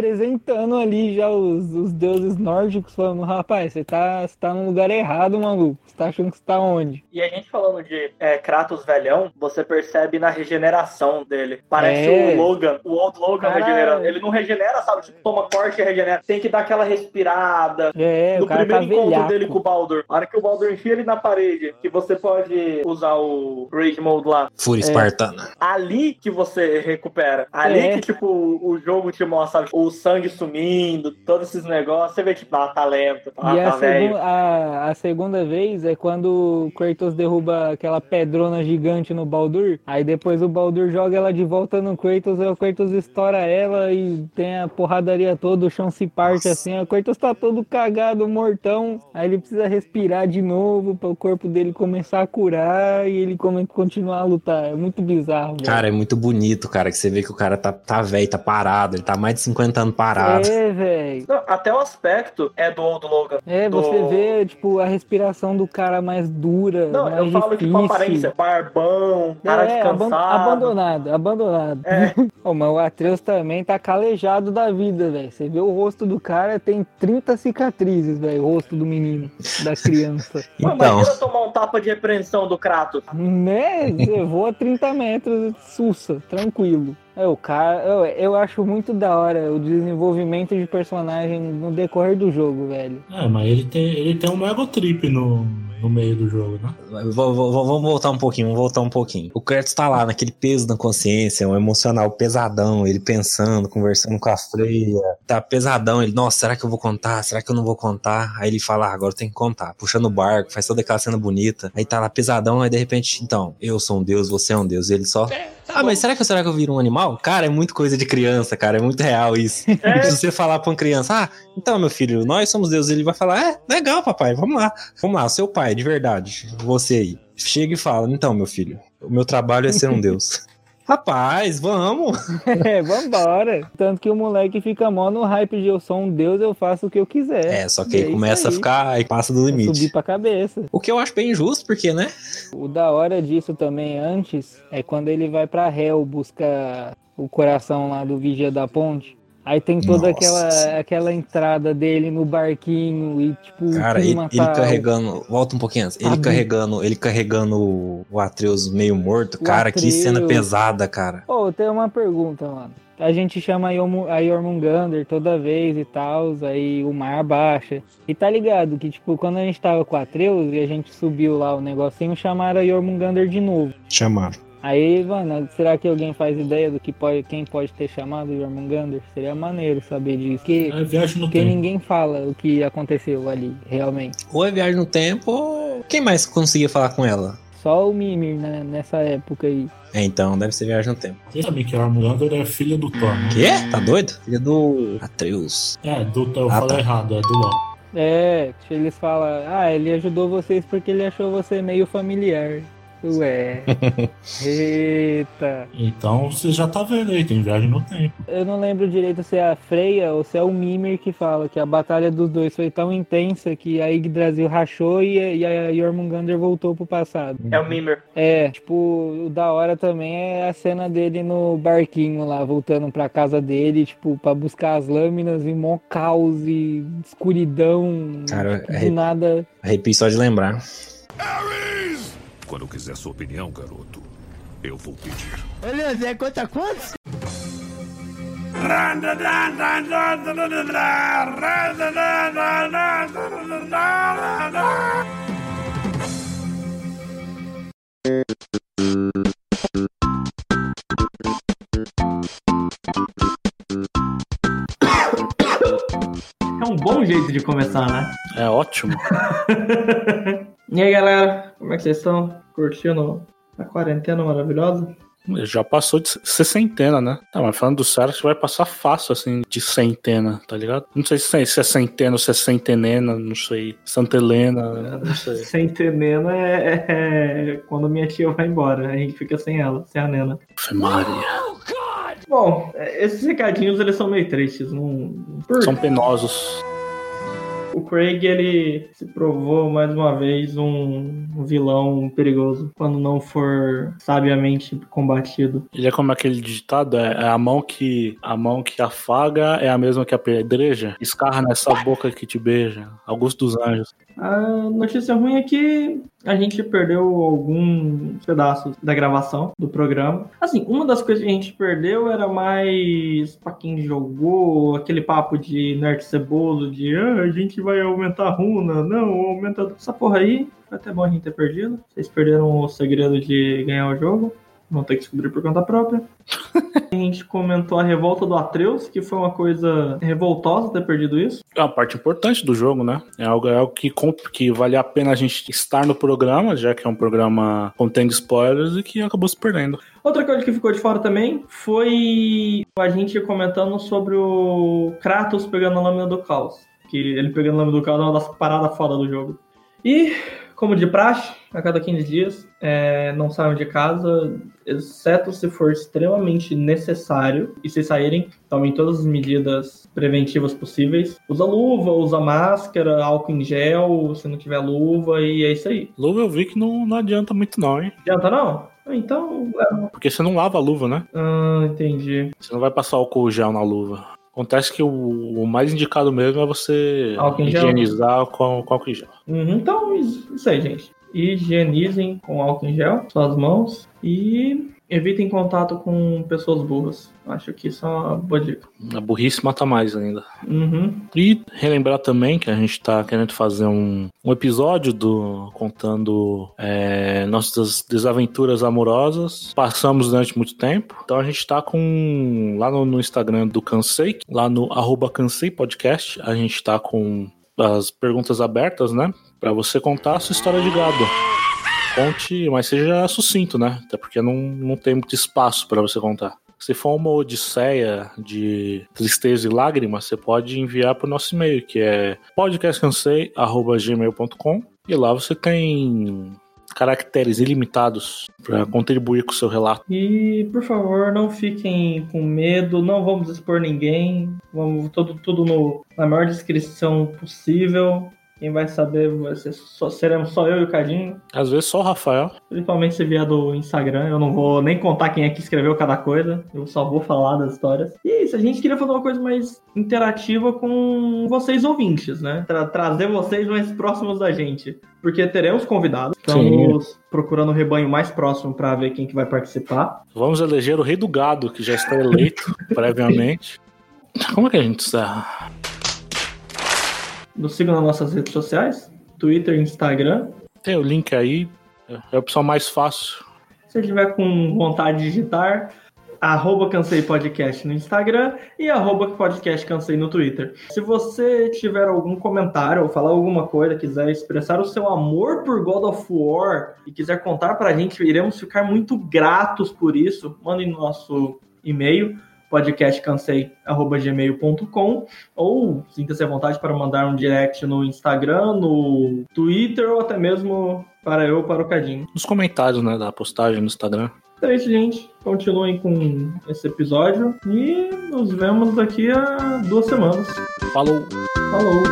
Speaker 6: representando ali já os, os deuses nórdicos, falando: rapaz, você tá, você tá no lugar errado, maluco. Você tá achando que você tá onde?
Speaker 3: E a gente falando de é, Kratos velhão, você percebe na regeneração dele. Parece
Speaker 6: É.
Speaker 3: o Logan, o Old Logan
Speaker 6: Caralho.
Speaker 3: regenerando. Ele não regenera, sabe? Tipo, toma corte e regenera. Tem que dar aquela respirada.
Speaker 6: É,
Speaker 3: no
Speaker 6: o cara
Speaker 3: primeiro
Speaker 6: tá
Speaker 3: encontro
Speaker 6: velhaco.
Speaker 3: dele com o Baldur, a hora que o Baldur enfia ele na parede, que você pode usar o Rage Mode lá.
Speaker 8: Fúria
Speaker 3: É,
Speaker 8: espartana.
Speaker 3: Ali que você recupera. Ali
Speaker 6: É.
Speaker 3: que, tipo, o jogo te mostra sabe? o sangue sumindo, todos esses negócios. Você vê, tipo, ah, tá lento, ah,
Speaker 6: e é
Speaker 3: tá
Speaker 6: a,
Speaker 3: velho.
Speaker 6: segun- a- a segunda vez é quando o Kratos derruba aquela pedrona gigante no Baldur. Aí depois o Baldur joga ela de volta no Kratos, aí o Kratos estoura ela e tem a porradaria toda, o chão se parte assim. O Kratos tá todo cagado, mortão. Aí ele precisa respirar de novo para o corpo dele começar a curar e ele come- continuar a lutar. É muito bizarro, velho.
Speaker 8: Cara, é muito bonito, cara, que você vê que o cara tá, tá velho, tá parado, ele tá mais de 50 anos parado.
Speaker 6: É, velho.
Speaker 3: Não, até o aspecto é do Old Logan.
Speaker 6: É,
Speaker 3: do-
Speaker 6: você vê, tipo, a respiração do cara mais dura,
Speaker 3: Não,
Speaker 6: mais
Speaker 3: eu falo que
Speaker 6: difícil.
Speaker 3: com aparência, barbão, cara
Speaker 6: É, aban-
Speaker 3: descansado.
Speaker 6: abandonado, abandonado.
Speaker 3: É.
Speaker 6: Ô, mas o Atreus também tá calejado da vida, velho. Você vê o rosto do cara, tem 30 cicatrizes, velho. O rosto do menino, da criança.
Speaker 8: Então.
Speaker 3: Pô, imagina tomar um tapa de repreensão do Kratos.
Speaker 6: né? Você voa 30 metros, sussa, tranquilo. É, o cara, eu, eu acho muito da hora o desenvolvimento de personagem no decorrer do jogo, velho.
Speaker 12: É, mas ele tem, ele tem um ego trip no, no meio do jogo, né?
Speaker 8: V- v- Vamos voltar um pouquinho, vamos voltar um pouquinho. O Kratos tá lá naquele peso da consciência, um emocional pesadão, ele pensando, conversando com a Freya. Tá pesadão, ele, nossa, será que eu vou contar? Será que eu não vou contar? Aí ele fala, ah, agora tem que contar. Puxando o barco, faz toda aquela cena bonita. Aí tá lá pesadão, aí de repente, então, eu sou um deus, você é um deus. E ele só. ah, mas será que, eu- será que eu viro um animal? Cara, é muito coisa de criança, cara, é muito real isso. Se você falar pra uma criança, ah, então, meu filho, nós somos deuses, ele vai falar, é, legal, papai, vamos lá. Vamos lá, seu pai, de verdade, você aí. Chega e fala, então, meu filho, o meu trabalho é ser um deus. Rapaz, vamos!
Speaker 6: É, vambora. Tanto que o moleque fica mó no hype de eu sou um deus, eu faço o que eu quiser.
Speaker 8: É, só que aí
Speaker 6: isso
Speaker 8: começa a
Speaker 6: aí. É
Speaker 8: ficar, aí passa do
Speaker 6: subir
Speaker 8: limite.
Speaker 6: pra cabeça.
Speaker 8: O que eu acho bem injusto, porque, né?
Speaker 6: O da hora disso também antes é quando ele vai pra réu buscar o coração lá do Vigia da Ponte. Aí tem toda
Speaker 8: Nossa
Speaker 6: aquela, aquela entrada dele no barquinho e tipo. o
Speaker 8: Cara, ele,
Speaker 6: clima
Speaker 8: ele
Speaker 6: tá-
Speaker 8: carregando. Volta um pouquinho antes. Ele
Speaker 6: Sabe?
Speaker 8: carregando, ele carregando o o Atreus meio morto.
Speaker 6: O
Speaker 8: Cara, que cena
Speaker 6: Atreus.
Speaker 8: pesada, cara.
Speaker 6: Ô, eu tenho uma pergunta, mano. A gente chama a Yomu- a Jormungandr toda vez e tal, aí o mar baixa. E tá ligado que, tipo, quando a gente tava com a Atreus e a gente subiu lá o negocinho, chamaram a Jormungandr de novo.
Speaker 8: Chamaram.
Speaker 6: Aí, mano, será que alguém faz ideia do que pode, quem pode ter chamado o Jormungandr? Seria maneiro saber disso. Que, porque ninguém fala o que aconteceu ali, realmente.
Speaker 8: Ou é viagem no tempo, ou quem mais conseguia falar com ela?
Speaker 6: Só o Mimir, né, nessa época aí.
Speaker 8: É, então, deve ser viagem no tempo.
Speaker 12: Vocês sabem que a Armulander é filha do Thor, né?
Speaker 8: Quê? Tá doido? Filha do Atreus.
Speaker 12: É, do Thor, eu
Speaker 8: Ah,
Speaker 12: falei
Speaker 8: tá.
Speaker 12: errado, é do LOL.
Speaker 6: É, eles falam, ah, ele ajudou vocês porque ele achou você meio familiar. Ué. Eita.
Speaker 12: Então você já tá vendo aí, tem viagem no tempo.
Speaker 6: Eu não lembro direito se é a Freya ou se é o Mimir que fala que a batalha dos dois foi tão intensa que a Yggdrasil rachou e, e a Jormungandr voltou pro passado.
Speaker 3: É o Mimir.
Speaker 6: É, tipo, o da hora também é a cena dele no barquinho lá, voltando pra casa dele, tipo, pra buscar as lâminas e mó caos e escuridão,
Speaker 8: Cara,
Speaker 6: tipo,
Speaker 8: é-
Speaker 6: do nada.
Speaker 8: Arrepio só de lembrar.
Speaker 9: Quando eu quiser sua opinião, garoto, eu vou pedir.
Speaker 11: Olha, é Zé, conta quantos?
Speaker 13: É um bom jeito de começar, né?
Speaker 14: É ótimo.
Speaker 13: E aí, galera? Como é que vocês estão? Curtindo a quarentena maravilhosa?
Speaker 7: Ele Já passou de ser centena, né? Não, mas falando do Sarah, você vai passar fácil, assim, de centena, tá ligado? Não sei se é- se é centena ou se é centenena, não sei. Santa Helena, não sei.
Speaker 3: Sem ter nena é, é- é quando minha tia vai embora. A gente fica sem ela, sem a nena.
Speaker 7: Maria.
Speaker 3: Bom, é, esses recadinhos eles são meio tristes. Não... Por-
Speaker 7: São penosos.
Speaker 3: O Craig ele se provou mais uma vez um vilão perigoso quando não for sabiamente combatido.
Speaker 7: Ele é como aquele ditado, é, é a mão que a mão que afaga é a mesma que apedreja, escarra nessa boca que te beija. Augusto dos Anjos.
Speaker 3: A notícia ruim é que a gente perdeu alguns pedaços da gravação do programa. Assim, uma das coisas que a gente perdeu era mais pra quem jogou, aquele papo de nerd ceboso, de "Ah, a gente vai aumentar a runa, não, aumenta essa porra aí. Foi até bom a gente ter perdido. Vocês perderam o segredo de ganhar o jogo. Vão ter que descobrir por conta própria. A gente comentou a revolta do Atreus, que foi uma coisa revoltosa ter perdido isso.
Speaker 7: É uma parte importante do jogo, né? É algo, é algo que, comp- que vale a pena a gente estar no programa, já que é um programa contendo spoilers e que acabou se perdendo.
Speaker 3: Outra coisa que ficou de fora também foi a gente comentando sobre o Kratos pegando a lâmina do caos. Que ele pegando a lâmina do caos é uma das paradas foda do jogo. E, como de praxe, a cada 15 dias, é, não saiam de casa, exceto se for extremamente necessário. E se saírem, tomem todas as medidas preventivas possíveis. Usa luva, usa máscara, álcool em gel, se não tiver luva, e é isso aí.
Speaker 7: Luva eu vi que não, não adianta muito não, hein?
Speaker 3: Adianta não? Então, leva.
Speaker 7: Porque você não lava a luva, né?
Speaker 3: Ah, entendi.
Speaker 7: Você não vai passar álcool gel na luva. Acontece que o, o mais indicado mesmo é você
Speaker 3: Álcool em gel.
Speaker 7: higienizar com, com álcool em gel.
Speaker 3: Uhum, Então, isso isso aí, gente. Higienizem com álcool em gel suas mãos e evitem contato com pessoas burras. Acho que isso é uma boa dica.
Speaker 7: A burrice mata mais ainda.
Speaker 3: Uhum.
Speaker 7: E relembrar também que a gente tá querendo fazer um, um episódio do contando é, nossas desaventuras amorosas. Passamos durante muito tempo. Então a gente tá com. Lá no, no Instagram do Cansei, lá no arroba Cansei Podcast, a gente tá com as perguntas abertas, né? Pra você contar a sua história de gado. Conte, mas seja sucinto, né? Até porque não, não tem muito espaço pra você contar. Se for uma odisseia de tristeza e lágrimas, você pode enviar para o nosso e-mail, que é podcastcansei.gmail.com e lá você tem caracteres ilimitados para contribuir com o seu relato.
Speaker 3: E, por favor, não fiquem com medo, não vamos expor ninguém. Vamos tudo, tudo no, na maior descrição possível. Quem vai saber vai ser só, seremos só eu e o Cadinho.
Speaker 7: Às vezes só o Rafael.
Speaker 3: Principalmente se vier do Instagram, eu não vou nem contar quem é que escreveu cada coisa, eu só vou falar das histórias. E é isso, a gente queria fazer uma coisa mais interativa com vocês ouvintes, né? Tra- trazer vocês mais próximos da gente. Porque teremos convidados, estamos procurando o rebanho mais próximo pra ver quem que vai participar.
Speaker 7: Vamos eleger o rei do gado, que já está eleito previamente. Como é que a gente encerra?
Speaker 3: Nos sigam nas nossas redes sociais, Twitter, Instagram.
Speaker 7: Tem o link aí, é a opção mais fácil.
Speaker 3: Se você tiver com vontade de digitar, arroba Cansei Podcast no Instagram e arroba Podcast Cansei no Twitter. Se você tiver algum comentário ou falar alguma coisa, quiser expressar o seu amor por God of War e quiser contar pra gente, iremos ficar muito gratos por isso. Mandem no nosso e-mail podcastcansei.gmail.com ou sinta-se à vontade para mandar um direct no Instagram, no Twitter ou até mesmo para eu, para o Cadinho.
Speaker 7: Nos comentários, né, da postagem no Instagram.
Speaker 3: Então é isso, gente. Continuem com esse episódio e nos vemos daqui a duas semanas.
Speaker 7: Falou!
Speaker 3: Falou!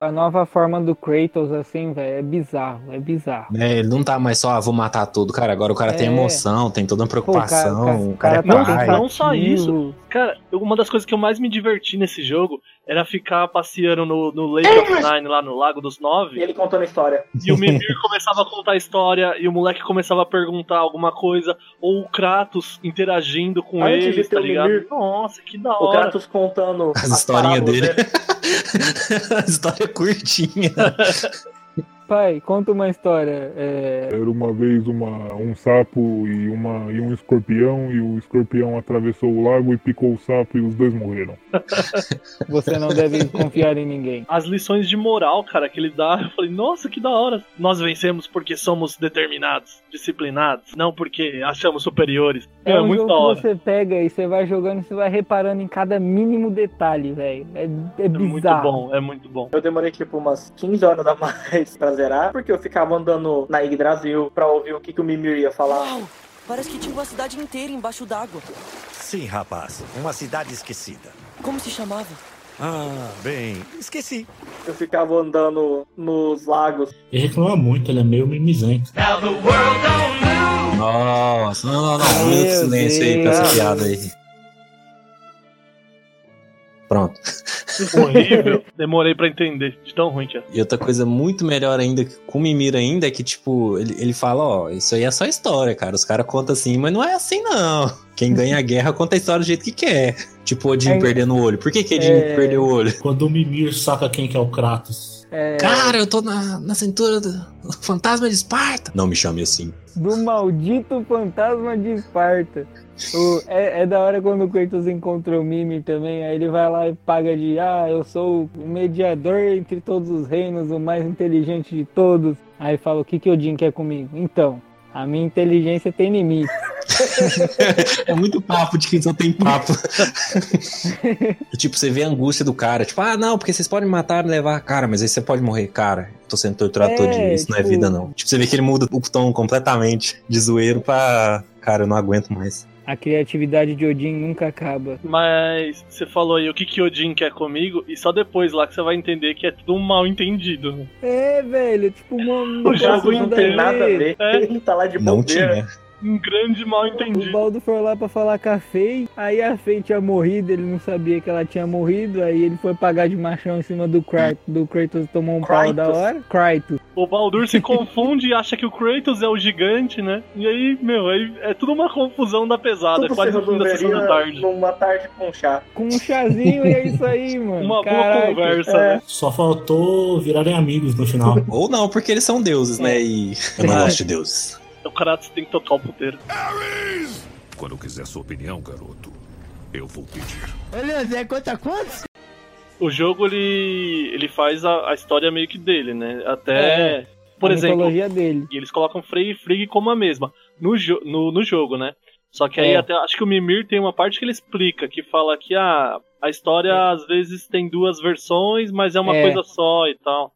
Speaker 6: A nova forma do Kratos, assim, velho, é bizarro, é bizarro.
Speaker 8: É, ele não tá mais só, ah, vou matar tudo, cara. Agora o cara tem
Speaker 6: É.
Speaker 8: emoção, tem toda uma preocupação,
Speaker 6: cara,
Speaker 8: o cara,
Speaker 6: cara, tá
Speaker 8: é pai.
Speaker 4: Não só isso. Cara, uma das coisas que eu mais me diverti nesse jogo era ficar passeando no, no Lake of Nine, lá no Lago dos Nove.
Speaker 15: E ele contando história.
Speaker 4: E o Mimir começava a contar história, e o moleque começava a perguntar alguma coisa, ou o Kratos interagindo com
Speaker 15: Antes
Speaker 4: ele,
Speaker 15: de ter
Speaker 4: tá
Speaker 15: o
Speaker 4: ligado?
Speaker 15: Mimir.
Speaker 4: Nossa, que da
Speaker 15: O
Speaker 4: hora.
Speaker 15: Kratos contando
Speaker 8: As historinhas
Speaker 15: paradas,
Speaker 8: dele.
Speaker 15: né?
Speaker 8: A história é curtinha.
Speaker 6: Pai, conta uma história. É,
Speaker 14: Era uma vez uma, um sapo e, uma, e um escorpião, e o escorpião atravessou o lago e picou o sapo e os dois morreram.
Speaker 6: Você não deve confiar em ninguém.
Speaker 4: As lições de moral, cara, que ele dá, eu falei, nossa, que da hora. Nós vencemos porque somos determinados, disciplinados, não porque achamos superiores. É,
Speaker 6: É, um
Speaker 4: muito
Speaker 6: jogo
Speaker 4: da hora.
Speaker 6: que você pega e você vai jogando e você vai reparando em cada mínimo detalhe, velho. É, é bizarro.
Speaker 4: é muito bom.
Speaker 3: Eu demorei tipo umas 15 horas a mais pra zerar, porque eu ficava andando na Yggdrasil pra ouvir o que, que o Mimir ia falar.
Speaker 16: Parece que tinha uma cidade inteira embaixo d'água.
Speaker 17: Sim, rapaz. Uma cidade esquecida.
Speaker 16: Como se chamava?
Speaker 17: Ah, bem, esqueci.
Speaker 3: Eu ficava andando nos lagos.
Speaker 12: Ele reclama muito, ele é meio mimizento.
Speaker 8: Nossa, não, não, não. Um minuto de
Speaker 12: Meu
Speaker 8: silêncio aí pra
Speaker 12: Deus.
Speaker 8: essa piada aí. Pronto.
Speaker 4: Horrível. Demorei pra entender, de tão ruim que é.
Speaker 8: E outra coisa muito melhor ainda que com o Mimir ainda é que, tipo, ele, ele fala, ó, isso aí é só história, cara. Os caras contam assim, mas não é assim, não. Quem ganha a guerra conta a história do jeito que quer. Tipo, o Odin
Speaker 12: É.
Speaker 8: perdendo o olho. Por que, que o Odin
Speaker 12: É.
Speaker 8: perdeu o olho?
Speaker 12: Quando o Mimir saca quem que é o Kratos.
Speaker 6: É,
Speaker 8: Cara, eu tô na, na cintura do fantasma de Esparta. Não me chame assim.
Speaker 6: Do maldito fantasma de Esparta. O- é, é da hora quando o Kratos encontra o Mimir também, aí ele vai lá e paga de ah, eu sou o mediador entre todos os reinos, o mais inteligente de todos. Aí fala, o que, que Odin quer comigo? Então, a minha inteligência tem limite.
Speaker 8: É muito papo de quem só tem papo. E, tipo, você vê a angústia do cara. Tipo, ah, não, porque vocês podem me matar e me levar. Cara, mas aí você pode morrer. Cara, tô sendo torturado
Speaker 17: É,
Speaker 8: todo dia. Isso não é
Speaker 17: tipo-
Speaker 8: vida, não. Tipo, você vê que ele muda o tom completamente de zoeiro pra... Cara, eu não aguento mais.
Speaker 6: A criatividade de Odin nunca acaba.
Speaker 4: Mas você falou aí o que, que Odin quer comigo, e só depois lá que você vai entender que é tudo um mal entendido. né?
Speaker 6: É, velho, tipo, mano.
Speaker 4: O jogo não tem nada a ver.
Speaker 3: Ele tá lá de bobeira.
Speaker 4: Um grande mal entendido.
Speaker 6: O Baldo foi lá pra falar com a Fei, aí a Fei tinha morrido, ele não sabia que ela tinha morrido, aí ele foi pagar de machão em cima do Kratos, do Kratos tomou um pau da
Speaker 4: Kratos.
Speaker 6: hora. Kratos.
Speaker 4: O Baldur se confunde e acha que o Kratos é o gigante, né? E aí, meu, aí é tudo uma confusão da pesada.
Speaker 3: Tudo
Speaker 4: é quase
Speaker 3: se
Speaker 4: o fim da
Speaker 3: resolveria
Speaker 4: sessão da tarde.
Speaker 3: numa tarde com chá.
Speaker 6: Com um chazinho e é isso aí, mano.
Speaker 4: Uma né?
Speaker 6: Caraca. É.
Speaker 12: Só faltou virarem amigos no final.
Speaker 8: Ou não, porque eles são deuses, né? E eu não
Speaker 12: É.
Speaker 8: gosto de deuses.
Speaker 4: O Kratos tem total poder.
Speaker 9: Quando eu quiser sua opinião, garoto, eu vou pedir.
Speaker 11: Olha, Zé, conta quantos?
Speaker 4: O jogo, ele, ele faz a, a história meio que dele, né? Até,
Speaker 6: É,
Speaker 4: por
Speaker 6: a
Speaker 4: exemplo...
Speaker 6: mitologia dele.
Speaker 4: E eles colocam Frey e Frigg como a mesma no, jo no, no jogo, né? Só que aí
Speaker 6: É.
Speaker 4: até acho que o Mimir tem uma parte que ele explica, que fala que a, a história
Speaker 8: É.
Speaker 4: às vezes tem duas versões, mas é uma
Speaker 6: É.
Speaker 4: coisa só e tal.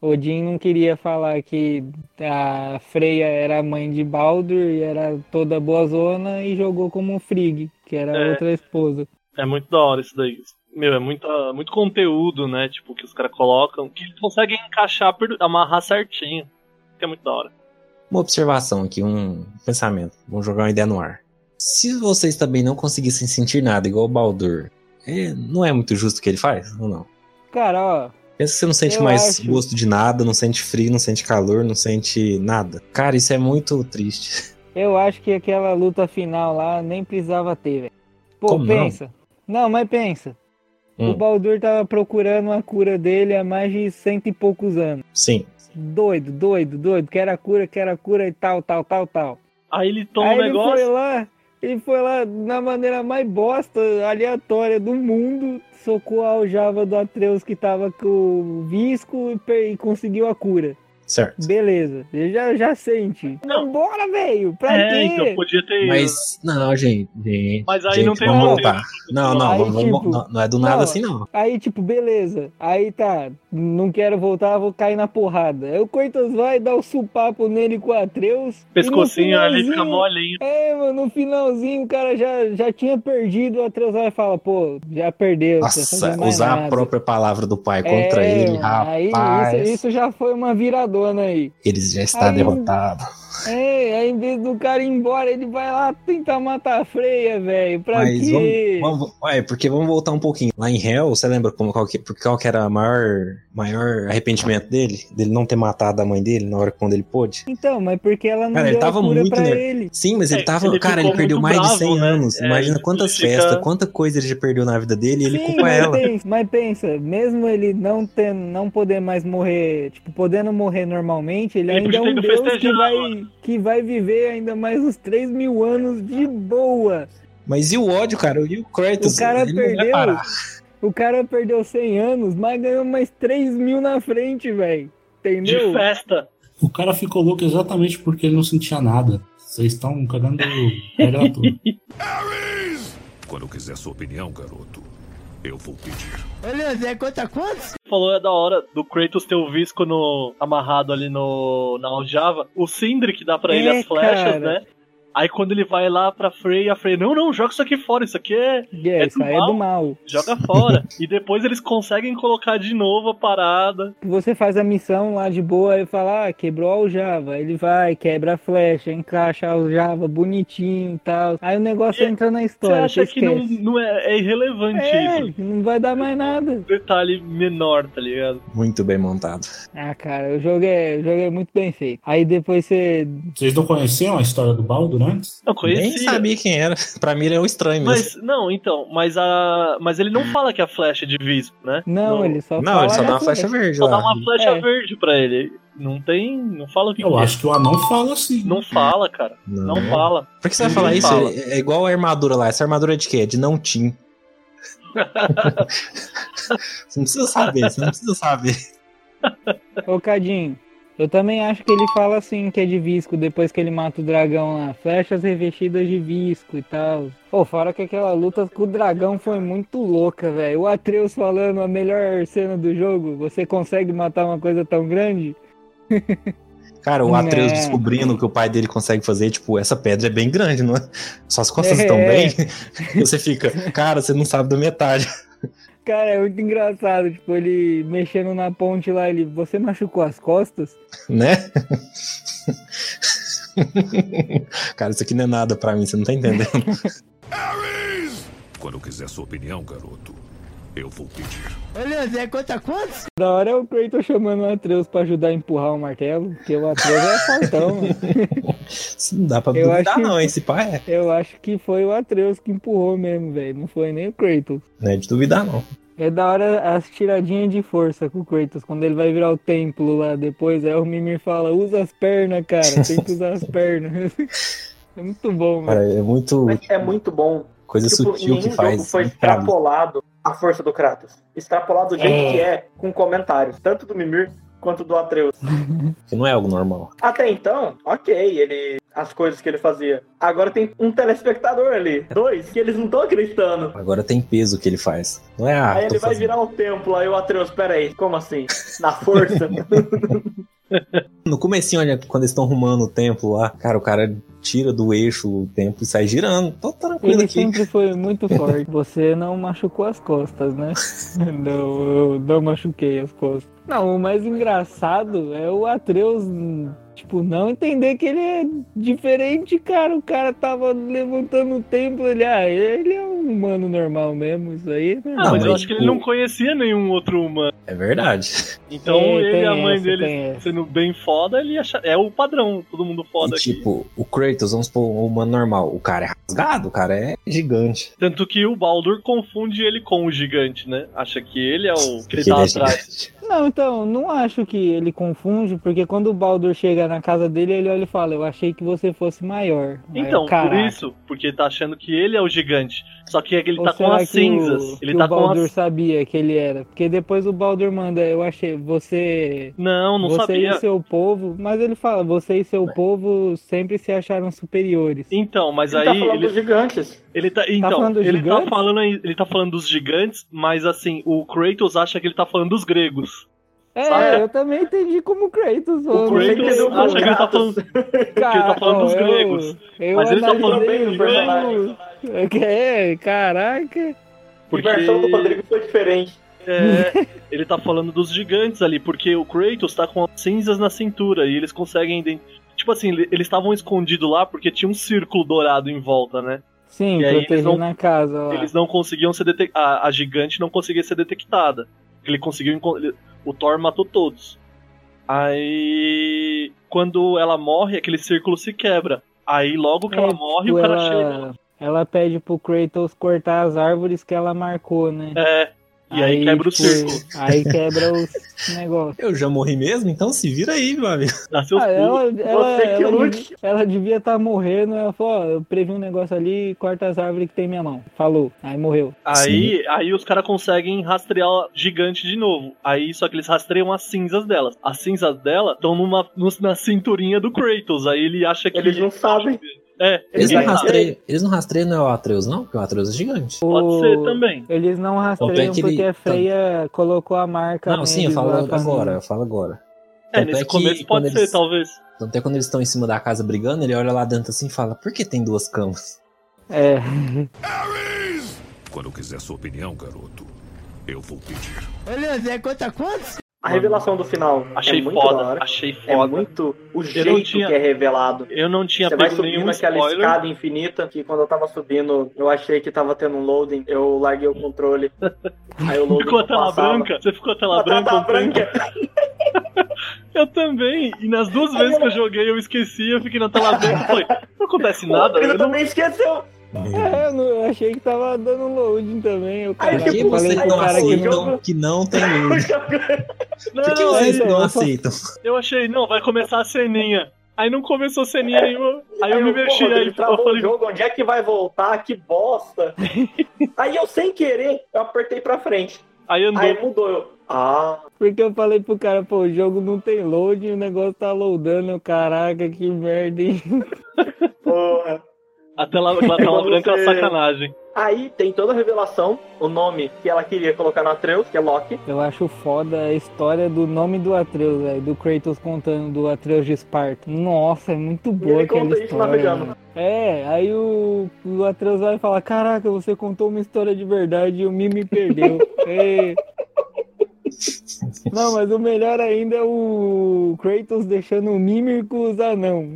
Speaker 6: Odin não queria falar que a Freya era a mãe de Baldur e era toda boa zona e jogou como um Frigg, que era
Speaker 4: É.
Speaker 6: outra esposa.
Speaker 4: É muito da hora isso daí. Meu, é muita, muito conteúdo, né? Tipo, que os caras colocam, que eles conseguem encaixar, per- amarrar certinho. Que é muito da hora.
Speaker 8: Uma observação aqui, um pensamento. Vamos jogar uma ideia no ar. Se vocês também não conseguissem sentir nada igual o Baldur, é- não é muito justo o que ele faz? Ou não?
Speaker 6: Cara, ó,
Speaker 8: Pensa que você não sente
Speaker 6: Eu
Speaker 8: mais
Speaker 6: acho.
Speaker 8: gosto de nada, não sente frio, não sente calor, não sente nada. Cara, isso é muito triste.
Speaker 6: Eu acho que aquela luta final lá nem precisava ter, velho. Pô,
Speaker 8: Como não?
Speaker 6: pensa. Não? mas pensa.
Speaker 8: Hum.
Speaker 6: O Baldur tava procurando a cura dele há mais de cento e poucos anos.
Speaker 8: Sim.
Speaker 6: Doido, doido, doido. Quero a cura, quero a cura e tal, tal, tal, tal.
Speaker 4: Aí ele toma
Speaker 6: Aí
Speaker 4: um
Speaker 6: ele foi
Speaker 4: negócio.
Speaker 6: lá, ele foi lá na maneira mais bosta, aleatória do mundo, socou a aljava do Atreus que tava com o Visco e, per- e conseguiu a cura.
Speaker 8: Certo.
Speaker 6: Beleza, ele já, já sente. Não, bora, velho, pra
Speaker 4: É,
Speaker 6: quê?
Speaker 4: então, podia ter ido, né?
Speaker 8: Mas, não, gente. gente,
Speaker 4: Mas aí
Speaker 8: gente,
Speaker 4: não tem
Speaker 8: vamos
Speaker 4: roteiro.
Speaker 8: voltar. Não, não,
Speaker 6: Aí,
Speaker 8: vamos, vamos-
Speaker 6: tipo,
Speaker 8: não, não é do nada
Speaker 6: Não,
Speaker 8: assim, não.
Speaker 6: Aí, tipo, beleza. Aí tá, não quero voltar, vou cair na porrada. Aí o Kratos vai dar o supapo nele com o Atreus. e no
Speaker 4: Pescocinho ali, fica
Speaker 6: finalzinho-
Speaker 4: molinho.
Speaker 6: É, mano, no finalzinho o cara já, já tinha perdido. O Atreus vai e fala, pô, já perdeu. não precisa
Speaker 8: Nossa,
Speaker 6: fazer mais
Speaker 8: usar a
Speaker 6: nada.
Speaker 8: própria palavra do pai contra
Speaker 6: É,
Speaker 8: ele,
Speaker 6: mano, aí
Speaker 8: rapaz.
Speaker 6: isso, isso já foi uma viradona aí.
Speaker 8: Ele já está
Speaker 6: Aí-
Speaker 8: derrotado.
Speaker 6: É, aí em vez do cara ir embora, ele vai lá tentar matar a freia, velho. Pra
Speaker 8: Mas
Speaker 6: quê?
Speaker 8: vamos, vamos- é, porque vamos voltar um pouquinho. Lá em Hell, você lembra como, qual, que, qual que era o maior, maior arrependimento dele? Dele não ter matado a mãe dele na hora quando ele pôde?
Speaker 6: Então, mas porque ela não
Speaker 8: Cara,
Speaker 6: deu
Speaker 8: ele tava
Speaker 6: a cura
Speaker 8: muito
Speaker 6: pra
Speaker 8: nervoso.
Speaker 6: ele.
Speaker 8: Sim, mas ele tava. cara, ele perdeu mais de 100 anos. Imagina quantas
Speaker 6: fica-
Speaker 8: festas, quanta coisa ele já perdeu na vida dele e ele
Speaker 6: Sim, né?
Speaker 8: culpa
Speaker 6: mas,
Speaker 8: ela.
Speaker 6: Pensa, mas pensa, mesmo ele não tendo, não poder mais morrer, tipo, podendo morrer normalmente, ele,
Speaker 4: Ele
Speaker 6: ainda é
Speaker 4: podia
Speaker 6: um
Speaker 4: ter ido
Speaker 6: deus
Speaker 4: festejar
Speaker 6: que vai, que vai viver ainda mais uns 3 mil anos de boa.
Speaker 8: Mas e o ódio, cara? E o Kratos?
Speaker 6: O cara
Speaker 8: ele não vai
Speaker 6: perdeu.
Speaker 8: parar.
Speaker 6: O cara perdeu 100 anos, mas ganhou mais 3 mil na frente, velho. Entendeu?
Speaker 4: festa.
Speaker 12: O cara ficou louco exatamente porque ele não sentia nada. Vocês estão cagando regra à toa.
Speaker 9: Quando quiser sua opinião, garoto, eu vou pedir.
Speaker 11: Ô, Leandro, é conta quantos?
Speaker 4: falou é da hora do Kratos ter o Visco no, amarrado ali no, na aljava. O Sindri que dá pra ele
Speaker 6: É,
Speaker 4: as flechas,
Speaker 6: cara.
Speaker 4: né? Aí quando ele vai lá pra Frey, a Frey, não, não, joga isso aqui fora, isso aqui é,
Speaker 6: É, isso aí é do mal.
Speaker 4: Joga fora. e depois eles conseguem colocar de novo a parada.
Speaker 6: Você faz a missão lá de boa e fala, ah, quebrou o Java. Ele vai, quebra a flecha, encaixa o Java bonitinho e tal. Aí o negócio entra na
Speaker 4: Você
Speaker 6: história.
Speaker 4: acha
Speaker 6: você
Speaker 4: que não,
Speaker 6: esquece.
Speaker 4: não é, é irrelevante
Speaker 6: É,
Speaker 4: isso? um
Speaker 6: não vai dar mais nada.
Speaker 4: Detalhe menor, tá ligado?
Speaker 8: Muito bem montado.
Speaker 6: Ah, cara, o jogo, é, o jogo é muito bem feito. Aí depois você.
Speaker 12: Vocês não conheciam a história do Baldo, né?
Speaker 4: Eu conhecia.
Speaker 8: Nem sabia quem era. Pra mim ele é um estranho mesmo.
Speaker 4: Mas, não, então, mas a. Mas ele não fala que a flecha é de Visco, né?
Speaker 6: Não, ele só
Speaker 8: Não, ele só
Speaker 6: assim,
Speaker 8: dá uma flecha verde
Speaker 4: Só
Speaker 8: lá.
Speaker 4: dá uma flecha
Speaker 6: É.
Speaker 4: verde pra ele. Não tem. Não fala o que
Speaker 12: Eu
Speaker 4: que é.
Speaker 12: acho que o anão fala assim.
Speaker 4: Não fala, cara. Não,
Speaker 8: Não.
Speaker 4: fala.
Speaker 8: Por que você vai
Speaker 4: Ninguém
Speaker 8: falar isso?
Speaker 4: fala.
Speaker 8: É é igual a armadura lá. Essa armadura é de quê? É de não tim. você não precisa saber, você não precisa saber.
Speaker 6: Ô, Cadinho, eu também acho que ele fala assim que é de visco depois que ele mata o dragão lá. Flechas revestidas de visco e tal. Pô, fora que aquela luta com o dragão foi muito louca, velho. O Atreus falando a melhor cena do jogo, você consegue matar uma coisa tão grande?
Speaker 8: Cara, o Atreus
Speaker 3: É.
Speaker 6: Né.
Speaker 8: descobrindo que o pai dele consegue fazer, tipo, essa pedra é bem grande, não é? Suas costas
Speaker 6: É.
Speaker 8: estão bem. Você fica, cara, você não sabe da metade.
Speaker 6: Cara, é muito engraçado, tipo, ele mexendo na ponte lá, ele, você machucou as costas?
Speaker 8: né? Cara, isso aqui não é nada pra mim, você não tá entendendo.
Speaker 9: Quando quiser sua opinião, garoto, eu vou pedir.
Speaker 11: Ô, Leandro, é conta quantos?
Speaker 6: Da hora é o Kratos chamando o Atreus pra ajudar a empurrar o martelo, porque o Atreus é fortão, mano.
Speaker 8: Isso não dá pra
Speaker 6: Eu
Speaker 8: duvidar,
Speaker 6: acho que-
Speaker 8: não, esse pai é.
Speaker 6: Eu acho que foi o Atreus que empurrou mesmo, velho. Não foi nem o Kratos.
Speaker 8: Não é de duvidar, não.
Speaker 6: É da hora as tiradinhas de força com o Kratos, quando ele vai virar o templo lá depois, aí o Mimir fala, usa as pernas, cara, tem que usar as pernas. é muito bom, velho.
Speaker 8: Cara, é muito
Speaker 3: É muito bom.
Speaker 8: coisa
Speaker 3: Tipo,
Speaker 8: sutil que
Speaker 3: nenhum jogo
Speaker 8: faz. né,
Speaker 3: foi extrapolado a força do Kratos. Extrapolado do jeito
Speaker 8: É.
Speaker 3: que é, com comentários, tanto do Mimir quanto do Atreus.
Speaker 8: Que não é algo normal.
Speaker 3: Até então, ok, ele. as coisas que ele fazia. Agora tem um telespectador ali, dois, que eles não estão acreditando.
Speaker 8: Agora tem peso o que ele faz. Não é, ah,
Speaker 3: aí
Speaker 8: tô
Speaker 3: ele vai
Speaker 8: fazendo.
Speaker 3: virar o templo, aí o Atreus, peraí, como assim? Na força?
Speaker 8: No comecinho, olha, quando eles estão arrumando o templo lá, cara, o cara tira do eixo o templo e sai girando. Tô tranquilo
Speaker 6: Ele
Speaker 8: aqui.
Speaker 6: sempre foi muito forte. Você não machucou as costas, né? não, eu não machuquei as costas. Não, o mais engraçado é o Atreus, hum, tipo, não entender que ele é diferente, cara. O cara tava levantando o templo, ele, ah, ele é um humano normal mesmo, isso aí é normal.
Speaker 4: Ah, mas eu acho que ele não conhecia nenhum outro humano.
Speaker 8: É verdade.
Speaker 4: Então
Speaker 6: É,
Speaker 4: ele
Speaker 6: tem
Speaker 4: e a mãe
Speaker 6: essa, tem
Speaker 4: dele sendo bem foda, ele acha... é o padrão, todo mundo foda
Speaker 8: E,
Speaker 4: aqui.
Speaker 8: tipo, o Kratos, vamos supor, um humano normal. O cara é rasgado, o cara é gigante.
Speaker 4: Tanto que o Baldur confunde ele com o gigante, né? Acha que ele é o que ele
Speaker 8: Que
Speaker 4: tá
Speaker 8: ele é
Speaker 4: atrás.
Speaker 6: Não, então, não acho que ele confunde, porque quando o Baldur chega na casa dele, ele olha e fala, eu achei que você fosse maior. Aí eu,
Speaker 4: Então, por
Speaker 6: É, "Caraca."
Speaker 4: isso, porque tá achando que ele é o gigante. Só que ele
Speaker 6: Ou
Speaker 4: tá com
Speaker 6: será
Speaker 4: as
Speaker 6: que o-
Speaker 4: cinzas.
Speaker 6: que
Speaker 4: ele tá
Speaker 6: o
Speaker 4: com
Speaker 6: Baldur
Speaker 4: as.
Speaker 6: sabia que ele era. Porque depois o Baldur manda, eu achei, você.
Speaker 4: Não, não
Speaker 6: você
Speaker 4: sabia.
Speaker 6: e seu povo. Mas ele fala, você e seu povo sempre se acharam superiores.
Speaker 4: Então, mas
Speaker 6: Ele
Speaker 4: aí.
Speaker 6: tá falando dos
Speaker 3: gigantes.
Speaker 4: Ele tá, então,
Speaker 6: falando dos
Speaker 4: ele, tá
Speaker 6: gigantes?
Speaker 4: falando, aí- ele tá falando dos gigantes, mas assim, o Kratos acha que ele tá falando dos gregos.
Speaker 6: É,
Speaker 4: Saca?
Speaker 6: eu também entendi como Kratos.
Speaker 4: Ah, O
Speaker 6: é
Speaker 4: Kratos acha que ele tá falando, que ele tá falando dos gregos.
Speaker 6: Eu,
Speaker 4: mas ele tá falando
Speaker 6: analisei
Speaker 4: bem
Speaker 6: o
Speaker 4: dos personagens.
Speaker 6: jogo. É, caraca.
Speaker 3: A versão do Rodrigo foi diferente.
Speaker 4: É, ele tá falando dos gigantes ali, porque o Kratos tá com as cinzas na cintura e eles conseguem. ident- Tipo assim, ele- eles estavam escondidos lá porque tinha um círculo dourado em volta, né?
Speaker 6: Sim,
Speaker 4: E aí eles
Speaker 6: protegendo
Speaker 4: não-
Speaker 6: a casa lá.
Speaker 4: Eles não conseguiam ser detectada. A, a gigante não conseguia ser detectada. Ele conseguiu. encon- ele- O Thor matou todos. Aí. Quando ela morre, aquele círculo se quebra. Aí logo que ela morre, o
Speaker 6: Tipo,
Speaker 4: cara chega.
Speaker 6: ela, ela pede pro Kratos cortar as árvores que ela marcou, né?
Speaker 4: É.
Speaker 8: e aí quebra o círculo.
Speaker 6: Aí quebra os negócios.
Speaker 8: Eu já morri mesmo, então se vira aí, meu amigo.
Speaker 4: Dá
Speaker 6: Ah, ela, ela, ela devia- ela devia estar morrendo. Ela falou: Ó, eu previ um negócio ali, corta as árvores que tem em minha mão. Falou. Aí morreu.
Speaker 4: Aí, aí os caras conseguem rastrear o gigante de novo. Aí só que eles rastreiam as cinzas delas. As cinzas dela estão numa num- na cinturinha do Kratos. Aí ele acha que eles não
Speaker 3: sabem.
Speaker 4: É,
Speaker 8: Eles não,
Speaker 4: ele-
Speaker 8: rastreiam, eles não rastreiam não é o Atreus, não? Porque o Atreus é gigante.
Speaker 6: O- Eles não rastreiam
Speaker 8: Tanto é que ele-
Speaker 6: porque a Freia colocou a marca.
Speaker 8: Não, sim, eu
Speaker 6: neles
Speaker 8: falo
Speaker 6: lá pra
Speaker 8: agora,
Speaker 6: não-
Speaker 8: eu falo agora.
Speaker 4: É, nesse começo pode ser, talvez.
Speaker 8: Tanto é quando eles estão em cima da casa brigando, ele olha lá dentro assim e fala, por que tem duas camas?
Speaker 6: É.
Speaker 9: Quando eu quiser sua opinião, garoto, eu vou pedir.
Speaker 11: Ô, Leandro, é conta quantos?
Speaker 3: A revelação do final.
Speaker 4: Achei
Speaker 3: é muito da
Speaker 4: foda,
Speaker 3: hora.
Speaker 4: achei foda.
Speaker 3: É muito o
Speaker 4: Eu
Speaker 3: jeito
Speaker 4: não tinha-
Speaker 3: que é revelado.
Speaker 4: Eu não tinha
Speaker 3: Você vai
Speaker 4: pego
Speaker 3: subindo
Speaker 4: nenhum
Speaker 3: aquela
Speaker 4: spoiler.
Speaker 3: escada infinita que quando eu tava subindo, eu achei que tava tendo um loading, eu larguei o controle. Aí o loading
Speaker 4: Ficou a
Speaker 3: não
Speaker 4: tela
Speaker 3: passava.
Speaker 4: branca? Você ficou a tela
Speaker 3: Uma tela
Speaker 4: branca?
Speaker 3: branca.
Speaker 4: Eu também. E nas duas vezes que eu joguei, eu esqueci, eu fiquei na tela branca e falei, não acontece nada.
Speaker 3: Ele
Speaker 4: Eu não...
Speaker 3: também esqueceu.
Speaker 6: É, eu, não- eu achei que tava dando loading também. Eu, cara,
Speaker 8: Por que tá
Speaker 6: eu falei
Speaker 8: vocês
Speaker 6: pro
Speaker 8: não
Speaker 6: cara que não-
Speaker 8: aceitam que não tem luz? Por que
Speaker 4: Não,
Speaker 8: vocês
Speaker 4: é,
Speaker 8: não
Speaker 4: eu só-
Speaker 8: aceitam?
Speaker 4: Eu achei, não, vai começar a ceninha. Aí não começou a ceninha nenhuma. Aí eu me mexi
Speaker 3: porra,
Speaker 4: aí.
Speaker 3: ele travou
Speaker 4: Eu falei,
Speaker 3: o jogo, onde é que vai voltar? Que bosta. aí eu, sem querer, eu apertei pra frente.
Speaker 4: Aí andou.
Speaker 3: Aí mudou. Eu, ah,
Speaker 6: Porque eu falei pro cara, pô, o jogo não tem loading, o negócio tá loadando, eu, caraca, que merda, hein?
Speaker 3: porra.
Speaker 4: A tela, a tela branca é uma sacanagem.
Speaker 3: Aí tem toda a revelação, o nome que ela queria colocar no Atreus, que é Loki.
Speaker 6: Eu acho foda a história do nome do Atreus, velho, do Kratos contando do Atreus de Esparta. Nossa, é muito boa
Speaker 3: ele
Speaker 6: aquela
Speaker 3: conta isso
Speaker 6: história.
Speaker 3: navegando.
Speaker 6: mano. É, aí o, o Atreus vai falar, caraca, você contou uma história de verdade e o Mimi perdeu. É. Não, mas o melhor ainda é o Kratos deixando o Mimir com os anão.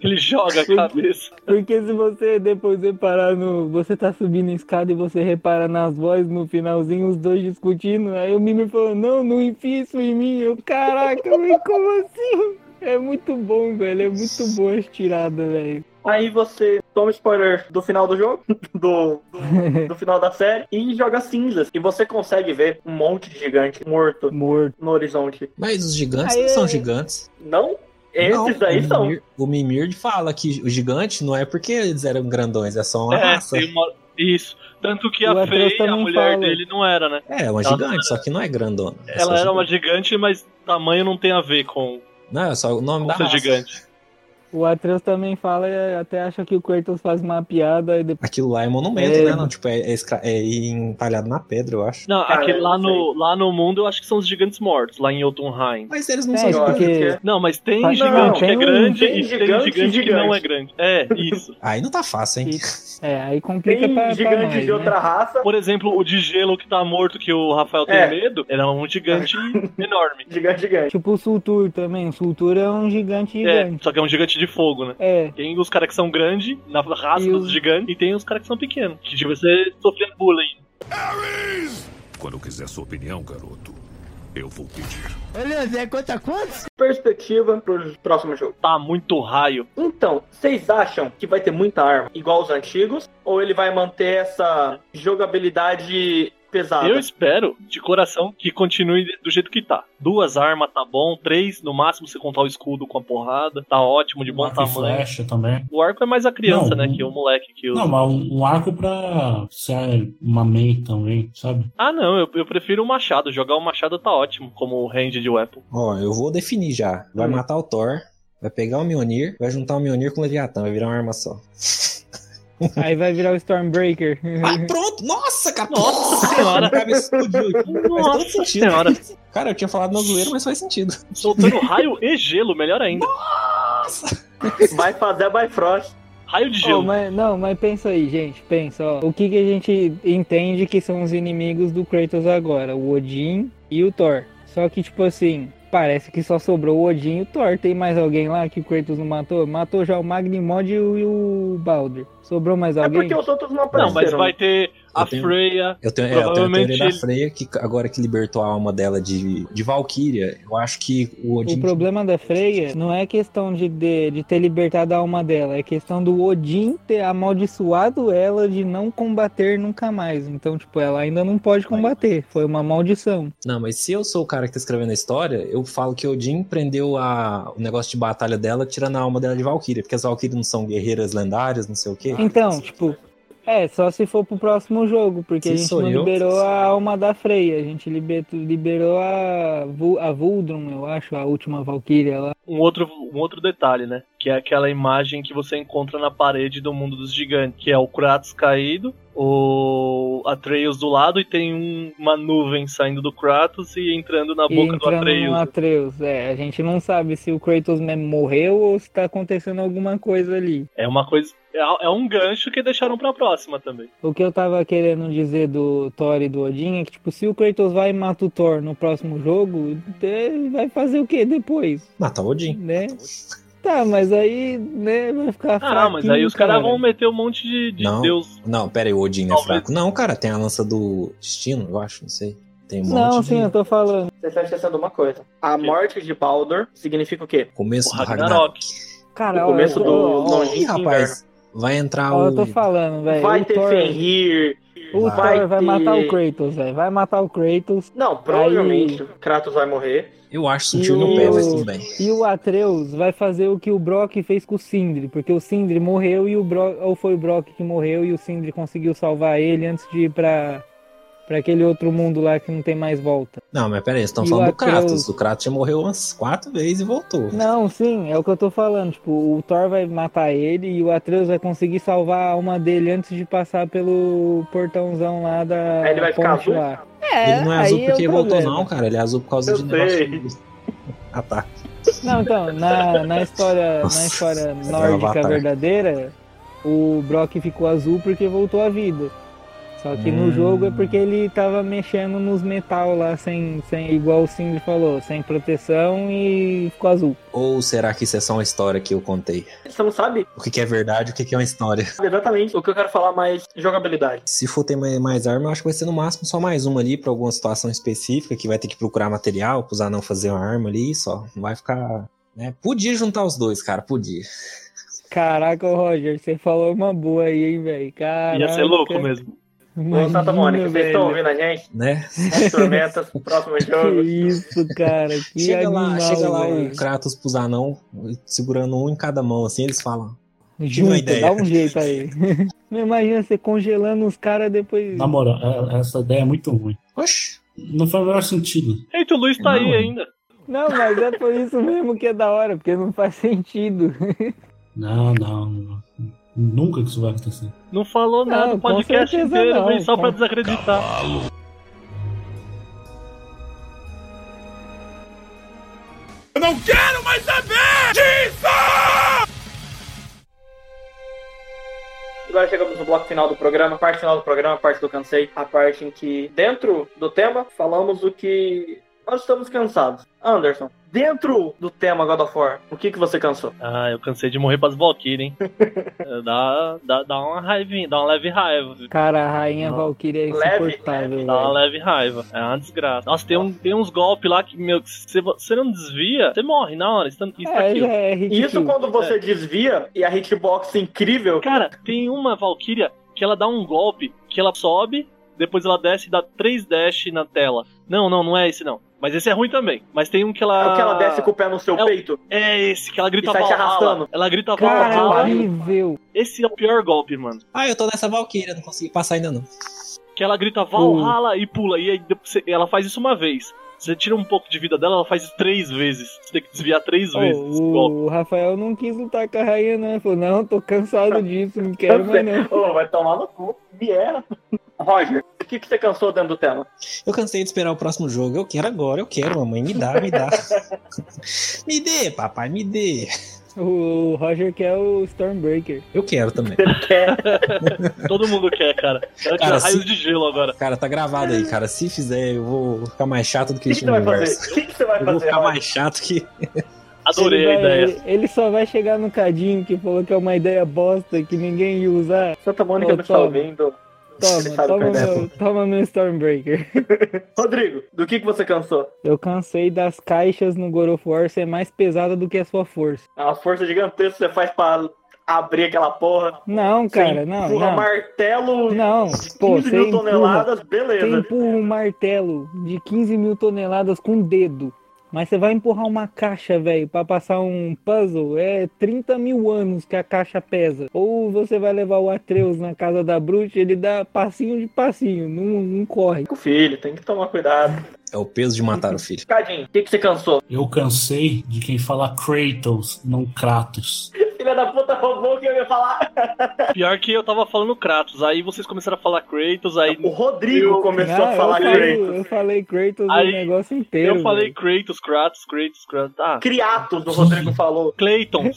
Speaker 4: Ele joga a cabeça.
Speaker 6: Porque se você depois reparar no. Você tá subindo a escada e você repara nas vozes no finalzinho, os dois discutindo, aí o Mimi falou, não, não enfia isso em mim. Eu, caraca, mas como assim? É muito bom, velho. É muito boa as tiradas, velho.
Speaker 3: Aí você toma spoiler do final do jogo, do, do, do final da série, e joga cinzas. E você consegue ver um monte de gigante morto,
Speaker 6: morto.
Speaker 3: no horizonte.
Speaker 8: Mas os gigantes não são gigantes.
Speaker 3: Não? Esses
Speaker 8: Não,
Speaker 3: aí
Speaker 8: o
Speaker 3: são.
Speaker 8: Mimir- O Mimir fala que o gigante não é porque eles eram grandões, é só uma
Speaker 4: É,
Speaker 8: raça.
Speaker 4: tem uma- Isso. Tanto que
Speaker 8: O
Speaker 4: a
Speaker 8: Atreus
Speaker 4: Fei, a
Speaker 8: também
Speaker 4: mulher
Speaker 8: fala.
Speaker 4: dele, não era, né?
Speaker 8: É, uma
Speaker 4: Ela-
Speaker 8: gigante, só que não é grandona. é só
Speaker 4: Ela era uma gigante, mas tamanho não tem a ver com
Speaker 8: Não, é só o nome
Speaker 4: com
Speaker 8: da
Speaker 4: ser
Speaker 8: raça.
Speaker 4: gigante.
Speaker 6: O Atreus também fala, e até acha que o Kratos faz uma piada e depois.
Speaker 8: Aquilo lá é monumento,
Speaker 6: É.
Speaker 8: né? Não, tipo, é, é, esca- é entalhado na pedra, eu acho.
Speaker 4: Não,
Speaker 8: Cara,
Speaker 4: aquele É lá
Speaker 8: eu não
Speaker 4: no, lá no mundo eu acho que são os gigantes mortos, lá em Jotunheim.
Speaker 8: Mas eles
Speaker 6: não É, são gigantes. porque-
Speaker 4: Não, mas tem
Speaker 6: Não,
Speaker 4: gigante que é
Speaker 6: tem um-
Speaker 4: grande
Speaker 6: tem
Speaker 4: e tem
Speaker 6: gigante e
Speaker 4: gigante, que não
Speaker 6: gigante.
Speaker 4: é grande. É, isso.
Speaker 8: Aí não tá fácil, hein?
Speaker 6: É, aí complica pra- pra nós, né?
Speaker 3: raça. é
Speaker 4: Por exemplo, o de gelo que tá morto, que o Rafael tem
Speaker 6: É.
Speaker 4: medo, era um gigante enorme.
Speaker 3: Gigante, gigante.
Speaker 6: Tipo o Sultur também. O Sultur é um gigante gigante.
Speaker 4: É, só que é um gigante de fogo, né?
Speaker 6: É.
Speaker 4: Tem os caras que são grandes, na raça dos gigantes, e tem os caras que são pequenos, que tipo, você sofre bullying.
Speaker 9: Quando eu quiser sua opinião, garoto, eu vou pedir.
Speaker 11: Ô, Leandro, é conta quantos?
Speaker 3: Perspectiva pro próximo jogo.
Speaker 4: Tá muito raio.
Speaker 3: Então, vocês acham que vai ter muita arma igual os antigos? Ou ele vai manter essa jogabilidade pesada?
Speaker 4: Eu espero, de coração, que continue do jeito que tá. Duas armas tá bom, três, no máximo você contar o escudo com a porrada, tá ótimo, de bom
Speaker 12: Arco e
Speaker 4: tamanho.
Speaker 12: flecha também.
Speaker 4: O arco é mais a criança,
Speaker 12: Não,
Speaker 4: né? Que o moleque que usa.
Speaker 12: Não, mas um, um arco pra ser uma MEI também, sabe?
Speaker 4: Ah, não, eu, eu prefiro o machado. Jogar o machado tá ótimo, como o range de weapon.
Speaker 8: Ó, eu vou definir já. Vai matar o Thor, vai pegar o Mjolnir, vai juntar o Mjolnir com o Leviatã, vai virar uma arma só.
Speaker 6: Aí vai virar o Stormbreaker.
Speaker 8: pronto! Nossa, cara!
Speaker 4: Nossa senhora!
Speaker 8: Cara, explodiu. Faz todo
Speaker 4: Nossa
Speaker 8: sentido.
Speaker 4: senhora!
Speaker 8: Cara, eu tinha falado na zoeira, mas faz sentido.
Speaker 4: Soltando raio e gelo, melhor ainda.
Speaker 3: Vai fazer a Bifrost.
Speaker 4: raio de gelo.
Speaker 6: Ô, mas- não, mas pensa aí, gente. Pensa, ó. O que, que a gente entende que são os inimigos do Kratos agora? O Odin e o Thor. Só que, tipo assim, parece que só sobrou o Odin e o Thor. Tem mais alguém lá que o Kratos não matou? Matou já o Magnimod e o, e o Baldur. Sobrou mais
Speaker 9: É
Speaker 6: alguém?
Speaker 3: porque os outros não
Speaker 4: Não, mas
Speaker 3: apareceram.
Speaker 4: vai ter a
Speaker 8: Eu tenho-
Speaker 4: Freya.
Speaker 8: Eu tenho, é, eu tenho a
Speaker 4: provavelmente
Speaker 8: teoria da
Speaker 4: ele-
Speaker 8: Freya que agora que libertou a alma dela de, de Valkyria, eu acho que o Odin
Speaker 6: O problema da Freya não é questão de, de, de ter libertado a alma dela, é questão do Odin ter amaldiçoado ela de não combater nunca mais. Então, tipo, ela ainda não pode combater. Foi uma maldição.
Speaker 8: Não, mas se eu sou o cara que tá escrevendo a história, eu falo que Odin prendeu a- o negócio de batalha dela, tirando a alma dela de Valkyria, porque as Valkyrias não são guerreiras lendárias, não sei o quê.
Speaker 6: Então, tipo, é, só se for pro próximo jogo,
Speaker 8: Se
Speaker 6: porque a gente
Speaker 8: sou
Speaker 6: não
Speaker 8: eu,
Speaker 6: liberou a alma da Freya, a gente liber- liberou a, Vu- a Vuldrum, eu acho, a última Valkyria lá.
Speaker 4: um outro, um outro detalhe, né? Que é aquela imagem que você encontra na parede do mundo dos gigantes, que é o Kratos caído, o Atreus do lado e tem um- uma nuvem saindo do Kratos e entrando na
Speaker 6: E
Speaker 4: boca do
Speaker 6: entrando
Speaker 4: Atreus.
Speaker 6: no Atreus, é, a gente não sabe se o Kratos mesmo morreu ou se tá acontecendo alguma coisa ali.
Speaker 4: É uma coisa. É, é um gancho que deixaram pra próxima também.
Speaker 6: O que eu tava querendo dizer do Thor e do Odin é que, tipo, se o Kratos vai e mata o Thor no próximo jogo, ele vai fazer o que depois?
Speaker 8: Matar Ah, o Odin.
Speaker 6: Né? Tá, mas aí, né, vai ficar
Speaker 4: Ah, não, mas aí os caras vão meter um monte de, de
Speaker 8: não,
Speaker 4: deus.
Speaker 8: não, pera aí, o Odin é fraco. Não, cara, tem a lança do destino, eu acho, não sei. Tem um
Speaker 6: Não,
Speaker 8: monte
Speaker 6: sim, eu tô falando.
Speaker 3: Você está esquecendo de uma coisa. A morte de Baldur significa o quê?
Speaker 8: Começo
Speaker 3: do
Speaker 8: Ragnarok.
Speaker 6: Cara,
Speaker 3: O começo
Speaker 6: ó,
Speaker 3: do
Speaker 6: ó, ó,
Speaker 8: de... Ih,
Speaker 3: longínquo inverno.
Speaker 8: rapaz, vai entrar
Speaker 6: Ó,
Speaker 8: o...
Speaker 6: Ah, eu tô falando, velho.
Speaker 3: Vai
Speaker 6: o
Speaker 3: ter
Speaker 6: Thor,
Speaker 3: Fenrir.
Speaker 6: O
Speaker 3: vai
Speaker 6: Thor vai
Speaker 3: ter-
Speaker 6: matar o Kratos, velho. Vai matar o Kratos.
Speaker 3: Não, provavelmente o Kratos vai morrer.
Speaker 8: Eu acho
Speaker 6: E
Speaker 8: sentiu no pé, mas tudo bem.
Speaker 6: E o Atreus vai fazer o que o Brock fez com o Sindri, porque o Sindri morreu e o Brock. Ou foi o Brock que morreu e o Sindri conseguiu salvar ele antes de ir pra, pra aquele outro mundo lá que não tem mais volta.
Speaker 8: Não, mas pera aí, estão
Speaker 6: E
Speaker 8: falando
Speaker 6: o é um
Speaker 8: do Kratos.
Speaker 6: Atreus?
Speaker 8: O Kratos já morreu umas quatro vezes e voltou.
Speaker 6: Não, sim, é o que eu tô falando. Tipo, o Thor vai matar ele e o Atreus vai conseguir salvar a alma dele antes de passar pelo portãozão lá da.
Speaker 3: Aí ele vai ficar
Speaker 6: ponte
Speaker 3: azul?
Speaker 6: lá. É,
Speaker 8: ele não é azul
Speaker 6: aí é
Speaker 8: porque
Speaker 6: o
Speaker 8: voltou,
Speaker 6: problema.
Speaker 8: não, cara. Ele é azul por causa
Speaker 3: Eu
Speaker 8: de
Speaker 3: sei.
Speaker 8: negócio. Ah, tá.
Speaker 6: Não, então, na, na história, na história nórdica
Speaker 8: Avatar.
Speaker 6: verdadeira, o Brock ficou azul porque voltou à vida. Só que
Speaker 8: Hum.
Speaker 6: no jogo é porque ele tava mexendo nos metal lá, sem, sem igual o Cindy falou, sem proteção e ficou azul.
Speaker 8: Ou será que isso é só uma história que eu contei?
Speaker 3: Você não sabe
Speaker 8: O que, que é verdade, o que, que é uma história?
Speaker 3: exatamente o que eu quero falar, mas jogabilidade.
Speaker 8: Se for ter mais, mais arma, eu acho que vai ser no máximo só mais uma ali pra alguma situação específica que vai ter que procurar material, pros anão fazer uma arma ali e só. Não vai ficar. Né? Podia juntar os dois, cara, podia.
Speaker 6: Caraca, Roger, você falou uma boa aí, hein, velho? Caraca.
Speaker 4: Ia ser louco mesmo.
Speaker 3: Ô, Santa Mônica, vocês estão
Speaker 6: velho.
Speaker 3: ouvindo a gente?
Speaker 8: Né?
Speaker 3: As tormentas, próximo
Speaker 6: Que
Speaker 3: jogo.
Speaker 6: isso, cara, que
Speaker 8: chega
Speaker 6: animal,
Speaker 8: lá, chega lá
Speaker 6: velho.
Speaker 8: o um Kratos pros anão, segurando um em cada mão, assim, eles falam. Tive uma
Speaker 6: Junta,
Speaker 8: ideia.
Speaker 6: dá um jeito aí. Não imagina você congelando os caras depois.
Speaker 8: um-
Speaker 12: Na moral, é- essa ideia é muito ruim.
Speaker 8: Oxi!
Speaker 12: Não faz o menor sentido.
Speaker 4: Eita, o Luiz tá aí ainda.
Speaker 6: Não, mas é por isso mesmo que é da hora, porque não faz sentido.
Speaker 12: Não, não, não. Nunca que isso vai acontecer.
Speaker 4: Não falou nada
Speaker 6: Não,
Speaker 4: o
Speaker 6: com
Speaker 4: podcast
Speaker 6: certeza
Speaker 4: inteiro,
Speaker 6: não,
Speaker 4: vem só
Speaker 6: com-
Speaker 4: pra desacreditar.
Speaker 2: Eu não quero mais saber disso!
Speaker 3: Agora chegamos no bloco final do programa, parte final do programa, parte do cansei, a parte em que, dentro do tema, falamos o que. Nós estamos cansados. Anderson, dentro do tema God of War, o que, que você cansou?
Speaker 4: Ah, eu cansei de morrer pras Valkyrie, hein? É, dá, dá, dá uma raivinha, dá uma leve raiva. viu?
Speaker 6: Cara, a rainha
Speaker 4: Não.
Speaker 6: Valkyria é
Speaker 4: Leve,
Speaker 6: insuportável,
Speaker 4: Dá uma
Speaker 6: velho.
Speaker 4: leve raiva. É uma desgraça. Nossa, tem, um, tem uns golpes lá que, meu, que se você não desvia, você morre na hora. Isso, tá- isso, tá
Speaker 6: É,
Speaker 4: aqui.
Speaker 6: já é hit
Speaker 3: Isso
Speaker 6: kill.
Speaker 3: quando você
Speaker 4: É.
Speaker 3: desvia e a hitbox incrível.
Speaker 4: Cara, tem uma Valkyria que ela dá um golpe, que ela sobe, depois ela desce e dá três dash na tela. Não, não, não é esse não. Mas esse é ruim também. Mas tem um que ela.
Speaker 3: É o que ela desce com o pé no seu
Speaker 4: É o-
Speaker 3: peito.
Speaker 4: É esse, que ela grita
Speaker 3: E sai se
Speaker 4: Valhalla.
Speaker 3: arrastando.
Speaker 4: Ela grita
Speaker 6: Cara, é
Speaker 4: Valhalla.
Speaker 6: horrível.
Speaker 4: Esse é o pior golpe, mano.
Speaker 8: Ah, eu tô nessa Valkyria, não consegui passar ainda não.
Speaker 4: Que ela grita Valhalla e pula. E aí depois você- ela faz isso uma vez. Você tira um pouco de vida dela, ela faz isso três vezes. Você tem que desviar três
Speaker 8: Tá Oh,
Speaker 6: Ô,
Speaker 4: vezes. esse golpe.
Speaker 6: o Rafael não quis lutar com a rainha, não. Ele falou, não, tô cansado disso, não quero mais não.
Speaker 3: Ô, vai tomar no cu. Viera. Roger, o que, que você cansou dentro do tema?
Speaker 8: Eu cansei de esperar o próximo jogo. Eu quero agora, eu quero, mamãe. Me dá, me dá. me dê, papai, me dê.
Speaker 6: O Roger quer o Stormbreaker.
Speaker 8: Eu quero também.
Speaker 4: Todo mundo quer, cara. Quero tirar
Speaker 8: Cara,
Speaker 4: raios
Speaker 8: se-
Speaker 4: de gelo agora.
Speaker 8: Cara, tá gravado aí, cara. Se fizer, eu vou ficar mais chato do que
Speaker 4: O que
Speaker 8: este
Speaker 4: que você vai
Speaker 8: universo.
Speaker 4: fazer? O que que você vai
Speaker 8: Eu vou
Speaker 4: fazer,
Speaker 8: ficar
Speaker 4: Roger?
Speaker 8: mais chato que.
Speaker 6: ele vai- Ele, ele só vai chegar no cadinho que falou que é uma ideia bosta que ninguém ia usar.
Speaker 3: Santa Mônica
Speaker 6: Ô,
Speaker 3: não está
Speaker 6: toma,
Speaker 3: ouvindo. Ele
Speaker 6: Toma,
Speaker 3: sabe
Speaker 6: toma
Speaker 3: qual é.
Speaker 6: meu, toma meu Stormbreaker.
Speaker 3: Rodrigo, do que, que você cansou?
Speaker 6: Eu cansei das caixas no God of War ser mais pesada do que a sua força.
Speaker 3: É uma força gigantesca que você faz pra abrir aquela porra.
Speaker 6: Não, cara, não.
Speaker 3: Empurra
Speaker 6: não.
Speaker 3: martelo
Speaker 6: Não, pô,
Speaker 3: 15
Speaker 6: você
Speaker 3: mil
Speaker 6: empurra.
Speaker 3: toneladas, beleza.
Speaker 6: Você empurra um martelo de 15 mil toneladas com o dedo. Mas você vai empurrar uma caixa, velho, pra passar um puzzle, é 30 mil anos que a caixa pesa. Ou você vai levar o Atreus na casa da bruxa, ele dá passinho de passinho, não, não corre.
Speaker 3: com o filho, tem que tomar cuidado.
Speaker 8: É o peso de matar o filho.
Speaker 3: Cadinho, o que, que você cansou?
Speaker 12: Eu cansei de quem fala Kratos, não Kratos.
Speaker 3: Filha da puta roubou o que eu ia falar.
Speaker 4: Pior que eu tava falando Kratos, aí vocês começaram a falar Kratos, aí. O
Speaker 3: Rodrigo
Speaker 6: Não, Ah, eu falei- Eu falei Kratos
Speaker 4: Aí,
Speaker 6: o negócio inteiro.
Speaker 4: eu falei
Speaker 6: velho.
Speaker 4: Kratos, Kratos, Kratos, Kratos. Ah.
Speaker 3: Criatos, o Rodrigo falou.
Speaker 4: Clayton.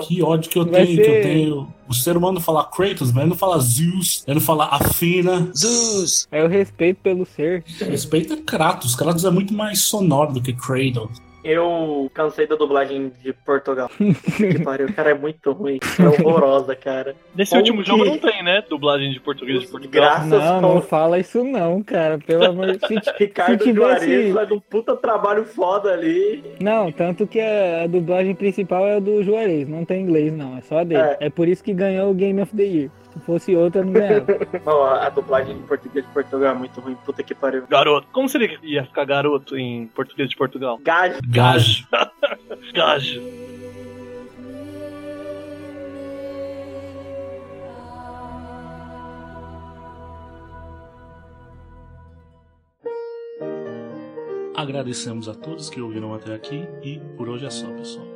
Speaker 12: Que ódio que eu
Speaker 4: Então, Vai
Speaker 12: tenho, que
Speaker 4: ser-
Speaker 12: eu tenho. O ser humano fala Kratos, mas ele não fala Zeus, ele não fala Afina.
Speaker 8: Zeus!
Speaker 6: É o respeito pelo ser.
Speaker 12: Respeita Kratos. Kratos é muito mais sonoro do que Kratos.
Speaker 3: Eu cansei da dublagem de Portugal. que pariu, cara, é muito ruim. É horrorosa, cara.
Speaker 4: Nesse
Speaker 3: Como
Speaker 4: último
Speaker 3: que-
Speaker 4: jogo não tem, né? Dublagem de português de Portugal.
Speaker 6: Não, não fala isso não, cara. Pelo amor de Deus. Se
Speaker 3: Ricardo Juarez
Speaker 6: tivesse,
Speaker 3: faz um puta trabalho foda ali.
Speaker 6: Não, tanto que a, a dublagem principal é a do Juarez, não tem inglês não, é só a dele.
Speaker 3: É.
Speaker 6: É. por isso que ganhou o Game of the Year. Se fosse outra, não ganhava.
Speaker 3: Não, a a dublagem de português de Portugal é muito ruim. Puta que pariu.
Speaker 4: Garoto. Como seria que ia ficar garoto em português de Portugal?
Speaker 3: Gajo.
Speaker 12: Gajo.
Speaker 4: Gajo.
Speaker 12: Agradecemos a todos que ouviram até aqui e por hoje é só, pessoal.